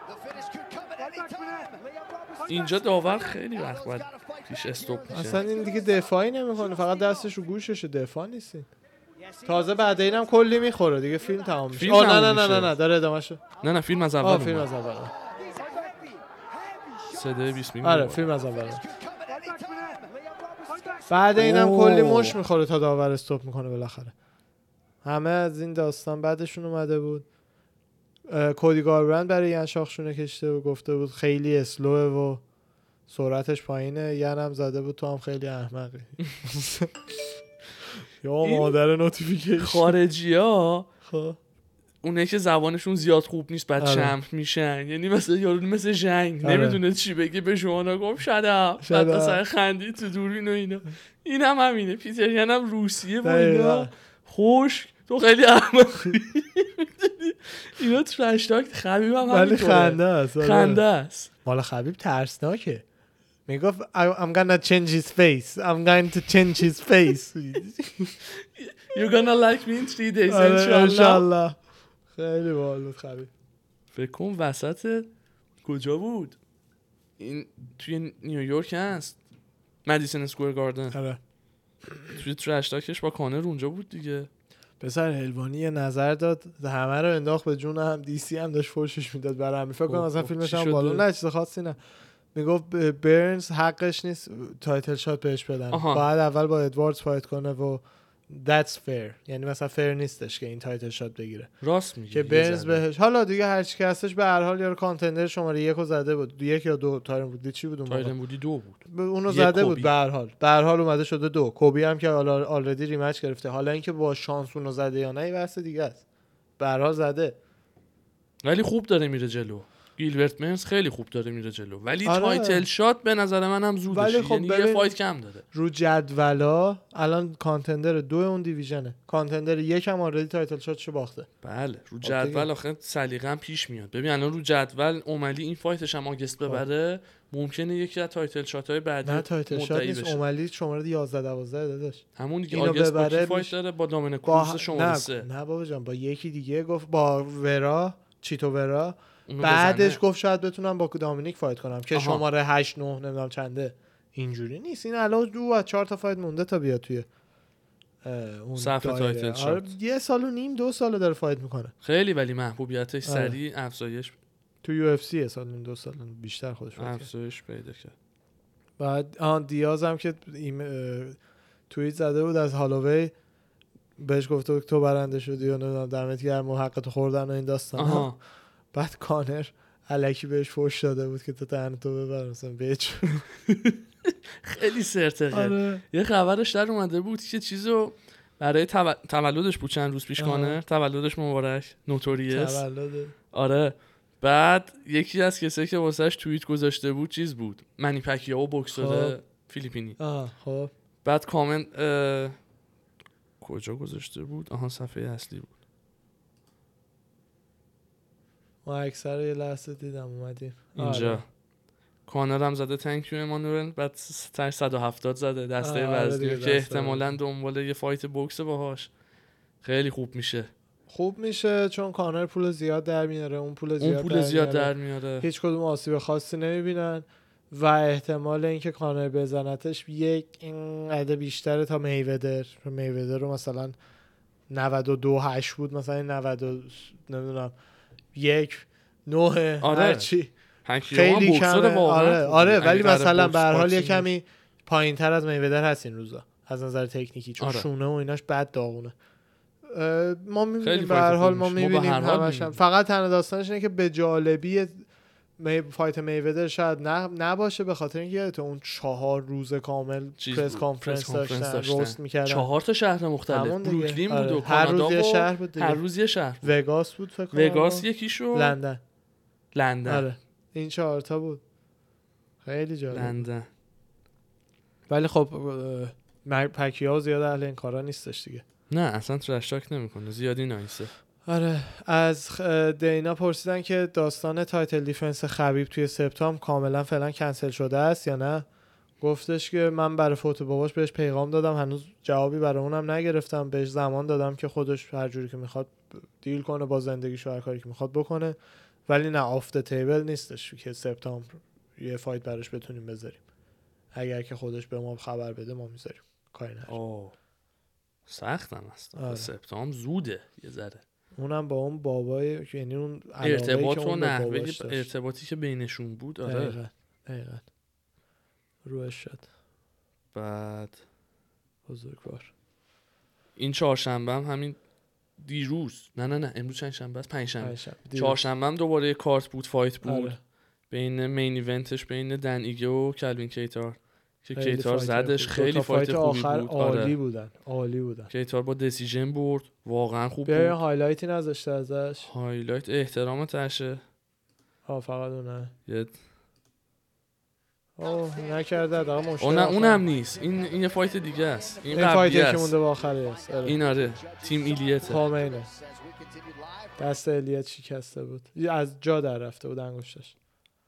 Speaker 8: The finish could come at any time.
Speaker 7: Leon Robertson.
Speaker 1: اینجا داور خیلی وقت باید پیش استوب
Speaker 2: اصلا
Speaker 1: میشه
Speaker 2: این دیگه دفاعی نمیکنه فقط دستش و گوشش دفاع نیستین
Speaker 7: Yes, he
Speaker 2: تازه بعد اینم کلی میخوره دیگه فیلم تمام میشه
Speaker 1: فیلم
Speaker 2: آه نه
Speaker 1: تمام
Speaker 2: نه نه
Speaker 1: میشه.
Speaker 2: نه نه داره ادامهشو
Speaker 1: نه نه فیلم از اول
Speaker 2: آه فیلم
Speaker 1: اومد.
Speaker 2: از اول
Speaker 7: These are heavy, heavy shots.
Speaker 1: صدای 20 میلیون
Speaker 2: آره
Speaker 1: اومد.
Speaker 2: فیلم از
Speaker 8: Could
Speaker 2: اول
Speaker 8: come at any time.
Speaker 7: Leon Robertson.
Speaker 2: بعد اینم
Speaker 1: اوه.
Speaker 2: کلی مش میخوره تا داور استوب میکنه بالاخره همه از این داستان بعدشون اومده بود اه، کودی گاربرند برای یعن شاخشونه کشته و گفته بود خیلی اسلوه و سرعتش پایینه یعن هم زده بود تو هم خیلی احمقی یا
Speaker 1: این خب.
Speaker 2: مادر نوتیفیکیشن
Speaker 1: خارجی ها اونایی که زبانشون زیاد خوب نیست بعد
Speaker 2: آره.
Speaker 1: شمع میشن یعنی مثل یارو مثل جنگ
Speaker 2: آره.
Speaker 1: نمیدونه چی بگه به شما گفت شدم
Speaker 2: Shut
Speaker 1: بعد
Speaker 2: up.
Speaker 1: مثلا خندید تو دوربین و اینا این هم همینه پیتریان هم روسیه و
Speaker 2: دقیقاً.
Speaker 1: اینا خوش تو خیلی احمقی اینا ترشتاک خبیب هم
Speaker 2: ولی
Speaker 1: همینطوره.
Speaker 2: خنده است آره.
Speaker 1: خنده است
Speaker 2: مال خبیب ترسناکه میگفت I- I'm gonna change his face I'm going to change his face
Speaker 1: You're gonna like me in three days
Speaker 2: آره،
Speaker 1: انشالله
Speaker 2: انشالله خیلی باحال بود خبیب
Speaker 1: فکر کن وسط کجا بود این توی نیویورک هست مدیسن اسکوئر گاردن
Speaker 2: آره
Speaker 1: توی ترشتاکش با کانر اونجا بود دیگه
Speaker 2: پسر هلوانی یه نظر داد همه رو انداخت به جون هم دی سی هم داشت فوشش میداد برای هم فکر کنم
Speaker 1: خب،
Speaker 2: اصلا
Speaker 1: خب،
Speaker 2: فیلمش
Speaker 1: چی
Speaker 2: هم
Speaker 1: شده؟
Speaker 2: بالا نه چیز خاصی نه میگفت ب- برنز حقش نیست تایتل شات بهش بدن
Speaker 1: آها.
Speaker 2: باید اول با ادواردز فایت کنه و that's fair یعنی مثلا فیر نیستش که این تایتل شات بگیره
Speaker 1: راست میگه
Speaker 2: که برنز بهش حالا دیگه هر چی که هستش به هر حال یارو کانتندر شماره یکو زده بود دو یک یا دو تایرن بود چی بود اون موقع؟
Speaker 1: تایرن بودی دو بود
Speaker 2: ب- اونو
Speaker 1: یک
Speaker 2: زده
Speaker 1: کوبی.
Speaker 2: بود به هر حال به هر حال اومده شده دو کوبی هم که حالا آلردی ریمچ گرفته حالا اینکه با شانس اونو زده یا نه این بحث دیگه است به هر حال زده
Speaker 1: ولی خوب داره میره جلو گیلبرت مرز خیلی خوب داره میره جلو ولی
Speaker 2: آره.
Speaker 1: تایتل شات به نظر من هم زودشه
Speaker 2: ولی خب
Speaker 1: یعنی
Speaker 2: ببین-
Speaker 1: یه فایت کم داره
Speaker 2: رو جدولا الان کانتندر دو اون دیویژنه کانتندر یک هم آلردی تایتل شاتشو باخته
Speaker 1: بله رو
Speaker 2: دیگه.
Speaker 1: جدول آخه سلیقه‌ام پیش میاد ببین الان رو جدول اوملی این فایتش هم آگست ببره ممکنه یکی از تایتل شات های بعدی
Speaker 2: خب. نه تایتل شات
Speaker 1: مدعی
Speaker 2: نیست
Speaker 1: بشه
Speaker 2: اوملی شماره 11 12 داداش
Speaker 1: همون دیگه
Speaker 2: اینو
Speaker 1: آگست با کی
Speaker 2: ببره
Speaker 1: فایت
Speaker 2: میشه-
Speaker 1: داره با دامینه
Speaker 2: با
Speaker 1: کروز شماره
Speaker 2: نه,
Speaker 1: سه
Speaker 2: نه بابا جان با یکی دیگه گفت با ورا چیتو ورا
Speaker 1: اونو
Speaker 2: بعدش
Speaker 1: بزنه.
Speaker 2: گفت شاید بتونم با دامینیک فایت کنم که
Speaker 1: آها.
Speaker 2: شماره 8 9 نمیدونم چنده اینجوری نیست این الان دو از چهار تا فایت مونده تا بیاد توی اه، اون
Speaker 1: صف
Speaker 2: دایره.
Speaker 1: تایتل
Speaker 2: آره
Speaker 1: شات.
Speaker 2: یه سال و نیم دو سال داره فایت میکنه
Speaker 1: خیلی ولی محبوبیتش
Speaker 2: آره.
Speaker 1: سریع افزایش
Speaker 2: تو یو اف سی سال و نیم دو سال بیشتر خودش فایت کرد.
Speaker 1: افزایش پیدا کرد
Speaker 2: بعد آن دیاز هم که ایم- اه، توییت زده بود از هالووی بهش گفته بود که تو برنده شدی یا نمیدونم دمت گرم و حقت خوردن و این داستان
Speaker 1: آها
Speaker 2: بعد کانر الکی بهش فوش داده بود که تو تن تو ببر مثلا بیچ
Speaker 1: خیلی سرتقه
Speaker 2: آره
Speaker 1: یه خبرش در اومده بود که چیزو برای تول- تولدش بود چند روز پیش
Speaker 2: آها.
Speaker 1: کانر تولدش مبارک نوتوریس
Speaker 2: تولده.
Speaker 1: آره بعد یکی از کسایی که واسهش توییت گذاشته بود چیز بود منی پکیا و بکسور
Speaker 2: خب.
Speaker 1: فیلیپینی
Speaker 2: آه خب
Speaker 1: بعد کامنت اه، کجا گذاشته بود آها صفحه اصلی بود
Speaker 2: ما اکثر یه لحظه دیدم اومدیم
Speaker 1: اینجا
Speaker 2: آره.
Speaker 1: کانر هم زده تانکیو امانوئل بعد س- تا 170 زده دسته
Speaker 2: آره
Speaker 1: وزنی
Speaker 2: دیگه،
Speaker 1: که
Speaker 2: دسته
Speaker 1: احتمالا دنبال یه فایت بوکس باهاش خیلی خوب میشه
Speaker 2: خوب میشه چون کانر پول زیاد در میاره اون پول زیاد
Speaker 1: اون پول زیاد
Speaker 2: میاره.
Speaker 1: در میاره
Speaker 2: هیچ کدوم آسیب خاصی نمیبینن و احتمال اینکه کانر بزنتش یک اینقدر بیشتره تا میودر میودر رو مثلا 92 8 بود مثلا 90 نمیدونم یک نه
Speaker 1: آره.
Speaker 2: آره. چی
Speaker 1: پکیا هم
Speaker 2: خیلی
Speaker 1: بوکسر
Speaker 2: کمه
Speaker 1: واقعا یعنی
Speaker 2: آره
Speaker 1: خوبه.
Speaker 2: آره
Speaker 1: اگه
Speaker 2: ولی
Speaker 1: قرار
Speaker 2: مثلا
Speaker 1: بوکس
Speaker 2: به هر حال یه
Speaker 1: باکسینگ باشه.
Speaker 2: کمی پایین تر از میودر هست این روزا از نظر تکنیکی چون
Speaker 1: آره.
Speaker 2: شونه و ایناش بد داغونه اه، ما
Speaker 1: خیلی
Speaker 2: میبینیم به
Speaker 1: فایت
Speaker 2: هر حال
Speaker 1: خوب
Speaker 2: ما
Speaker 1: میشه. ما به
Speaker 2: میبینیم
Speaker 1: هر حال
Speaker 2: همش هم.
Speaker 1: می‌بینیم.
Speaker 2: فقط تنها داستانش اینه که به جالبی می- فایت میودر شاید نه نباشه به خاطر اینکه یادته اون چهار روز کامل
Speaker 1: چیز
Speaker 2: پرس
Speaker 1: بود.
Speaker 2: کانفرنس
Speaker 1: پرس کانفرنس
Speaker 2: داشتن
Speaker 1: داشتن.
Speaker 2: روست میکردن
Speaker 1: چهار تا شهر مختلف
Speaker 2: همون دیگه.
Speaker 1: بروکلین
Speaker 2: آره.
Speaker 1: بود و
Speaker 2: هر روز
Speaker 1: کانادا
Speaker 2: یه
Speaker 1: و
Speaker 2: شهر بود دیگه.
Speaker 1: هر روز یه شهر
Speaker 2: وگاس بود فکر کنم
Speaker 1: وگاس
Speaker 2: و
Speaker 1: یکیش و
Speaker 2: لندن
Speaker 1: لندن
Speaker 2: آره این چهار تا بود خیلی جالب
Speaker 1: لندن
Speaker 2: ولی خب اه، مر- پکیاو زیاد اهل این کارا نیستش دیگه
Speaker 1: نه اصلا ترشتاک نمیکنه زیادی نایسه
Speaker 2: آره از خ- دینا پرسیدن که داستان تایتل دیفنس خبیب توی سپتامبر کاملا فعلا کنسل شده است یا نه گفتش که من برای فوت باباش بهش پیغام دادم هنوز جوابی برای اونم نگرفتم بهش زمان دادم که خودش هر جوری که میخواد دیل کنه با زندگیش و هر کاری که میخواد بکنه ولی نه آفت تیبل نیستش که سپتامبر یه فایت براش بتونیم بذاریم اگر که خودش به ما خبر بده ما میذاریم کاری نداره.
Speaker 1: آه. سختم هست
Speaker 2: آره.
Speaker 1: سپتامبر زوده یه ذره
Speaker 2: اونم با اون بابای یعنی اون علاقه‌ای که
Speaker 1: ارتباط و
Speaker 2: اون به
Speaker 1: نحوه
Speaker 2: باباش داشت.
Speaker 1: ارتباطی که بینشون بود آره
Speaker 2: دقیقاً دقیقاً. روحش شد
Speaker 1: بعد
Speaker 2: بزرگوار
Speaker 1: این چهارشنبه هم همین دیروز نه نه نه امروز چند شنبه است پنج شنبه
Speaker 2: پنجشنبه. دیروز.
Speaker 1: چهارشنبه هم دوباره یه کارت بود فایت بود
Speaker 2: آره.
Speaker 1: بین مین ایونتش بین دن ایگه و کلوین کیتار که
Speaker 2: خیلی
Speaker 1: کیتار
Speaker 2: فایت
Speaker 1: زدش
Speaker 2: خوب.
Speaker 1: خیلی
Speaker 2: دوتا
Speaker 1: فایت خوبی
Speaker 2: آخر
Speaker 1: بود
Speaker 2: عالی
Speaker 1: آره.
Speaker 2: بودن عالی بودن
Speaker 1: کیتار با دسیژن برد واقعا خوب
Speaker 2: بیا یه
Speaker 1: بود
Speaker 2: هایلایتی نذاشته ازش
Speaker 1: هایلایت احترام تشه
Speaker 2: ها فقط اونه
Speaker 1: یه
Speaker 2: اوه نکرده دقیقا مشتر
Speaker 1: اون اونم نیست این این یه فایت دیگه است این
Speaker 2: این فایده
Speaker 1: قبلی
Speaker 2: که مونده
Speaker 1: است
Speaker 2: به آخره است آره.
Speaker 1: این آره تیم ایلیته
Speaker 2: پامینه دست الیت شکسته بود یه از جا در رفته بود انگشتش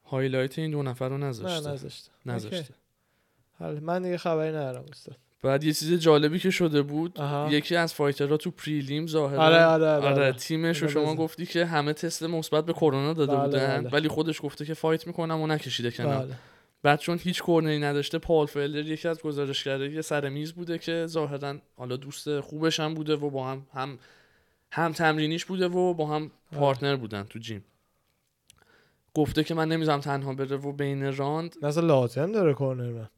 Speaker 1: هایلایت این دو نفر رو
Speaker 2: نه
Speaker 1: نذاشته
Speaker 2: نذاشته
Speaker 1: نذاشته
Speaker 2: اوکی. حل. من دیگه خبری ندارم استاد
Speaker 1: بعد یه چیز جالبی که شده بود
Speaker 2: آها.
Speaker 1: یکی از فایترها تو پریلیم ظاهرا
Speaker 2: آره، آره، آره.
Speaker 1: تیمش رو
Speaker 2: اینو
Speaker 1: شما
Speaker 2: بزن.
Speaker 1: گفتی که همه تست مثبت به کرونا داده
Speaker 2: بله،
Speaker 1: بودن
Speaker 2: بله.
Speaker 1: ولی خودش گفته که فایت میکنم و نکشیده کنار
Speaker 2: بله
Speaker 1: بعد چون هیچ کورنری نداشته پال فلر یکی از گزارشگرای سر میز بوده که ظاهرا حالا دوست خوبش هم بوده و با هم هم هم تمرینیش بوده و با هم
Speaker 2: آره.
Speaker 1: پارتنر بودن تو جیم گفته که من نمیذارم تنها بره و بین راند
Speaker 2: مثلا لاتم داره کورنر من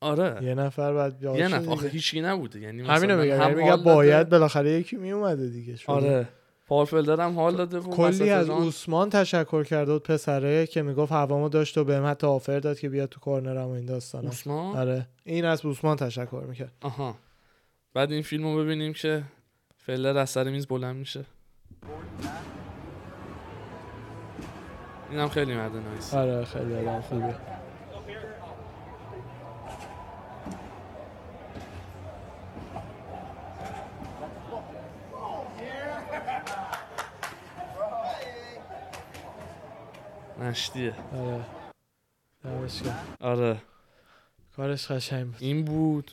Speaker 1: آره
Speaker 2: یه نفر بعد
Speaker 1: یه نفر آخه هیچی نبوده یعنی مثلا
Speaker 2: همینو میگم
Speaker 1: هم
Speaker 2: یعنی
Speaker 1: حال
Speaker 2: میگم
Speaker 1: داده-
Speaker 2: باید بالاخره یکی میومده دیگه شده.
Speaker 1: آره پال فلر هم حال داده و وسط
Speaker 2: کلی از
Speaker 1: راند-
Speaker 2: عثمان تشکر کرده بود پسره که میگفت هوامو داشت و بهم حتی آفر داد که بیاد تو کورنرم و این داستانا
Speaker 1: عثمان؟
Speaker 2: آره این از عثمان تشکر میکرد
Speaker 1: آها بعد این فیلم رو ببینیم که فلر از سر میز بلند میشه اینم خیلی مرد نایس
Speaker 2: آره خیلی آدم خوبه
Speaker 1: نشتیه
Speaker 2: آره دمش گرم.
Speaker 1: آره
Speaker 2: کارش قشنگ بود
Speaker 1: این بود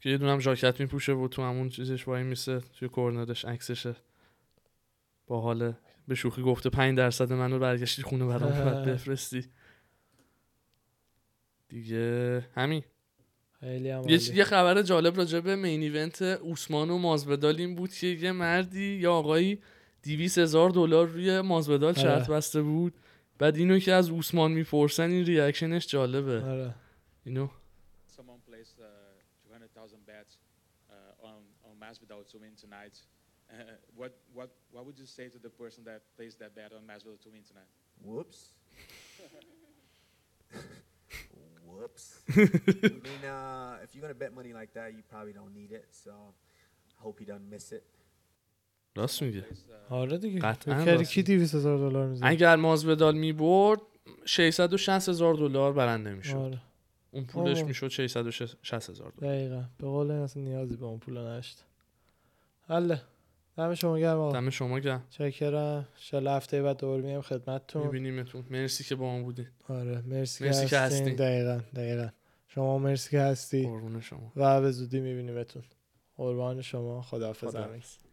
Speaker 1: که یه دونم جاکت میپوشه و تو همون چیزش وای میسه توی کورنرش عکسشه با حال به شوخی گفته 5 درصد منو برگشتی خونه برام باید بفرستی دیگه همین
Speaker 2: خیلی
Speaker 1: یه,
Speaker 2: هم عالی.
Speaker 1: چی- یه خبر جالب راجع به مین ایونت اوسمان و مازودال این بود که یه مردی یا آقایی 200 هزار دلار روی مازودال
Speaker 2: آره.
Speaker 1: شرط بسته بود بعد اینو که از اوسمان میپرسن این ریاکشنش جالبه
Speaker 2: آره
Speaker 1: اینو
Speaker 9: Someone placed uh, 200,000 bets uh, on on Masvidal to win tonight. Uh, what what what would you say to the person that placed that bet on Masvidal to win tonight?
Speaker 10: Whoops. Whoops. I mean, uh, if you're gonna bet money like that, you probably don't need it. So, I hope he doesn't miss it.
Speaker 1: راست میگه
Speaker 2: آره دیگه
Speaker 1: قطعاً
Speaker 2: فکر کردی
Speaker 1: راست
Speaker 2: کی 200 هزار دلار میزنه
Speaker 1: اگر مازودال میبرد 660 هزار دلار برنده میشد
Speaker 2: آره
Speaker 1: اون پولش
Speaker 2: آه.
Speaker 1: میشد 660 هزار دلار
Speaker 2: دقیقا به قول این اصلا نیازی به اون پولا نشت حله دم شما گرم آقا
Speaker 1: دم شما گرم
Speaker 2: چکرم شل هفته بعد دوباره میام خدمتتون
Speaker 1: میبینیمتون مرسی که با ما بودین
Speaker 2: آره مرسی,
Speaker 1: مرسی
Speaker 2: که
Speaker 1: که
Speaker 2: هستین
Speaker 1: هستی.
Speaker 2: دقیقا دقیقا شما مرسی که هستی
Speaker 1: قربون شما
Speaker 2: و به زودی میبینیمتون قربان شما خداحافظ
Speaker 1: خدا
Speaker 2: همگی.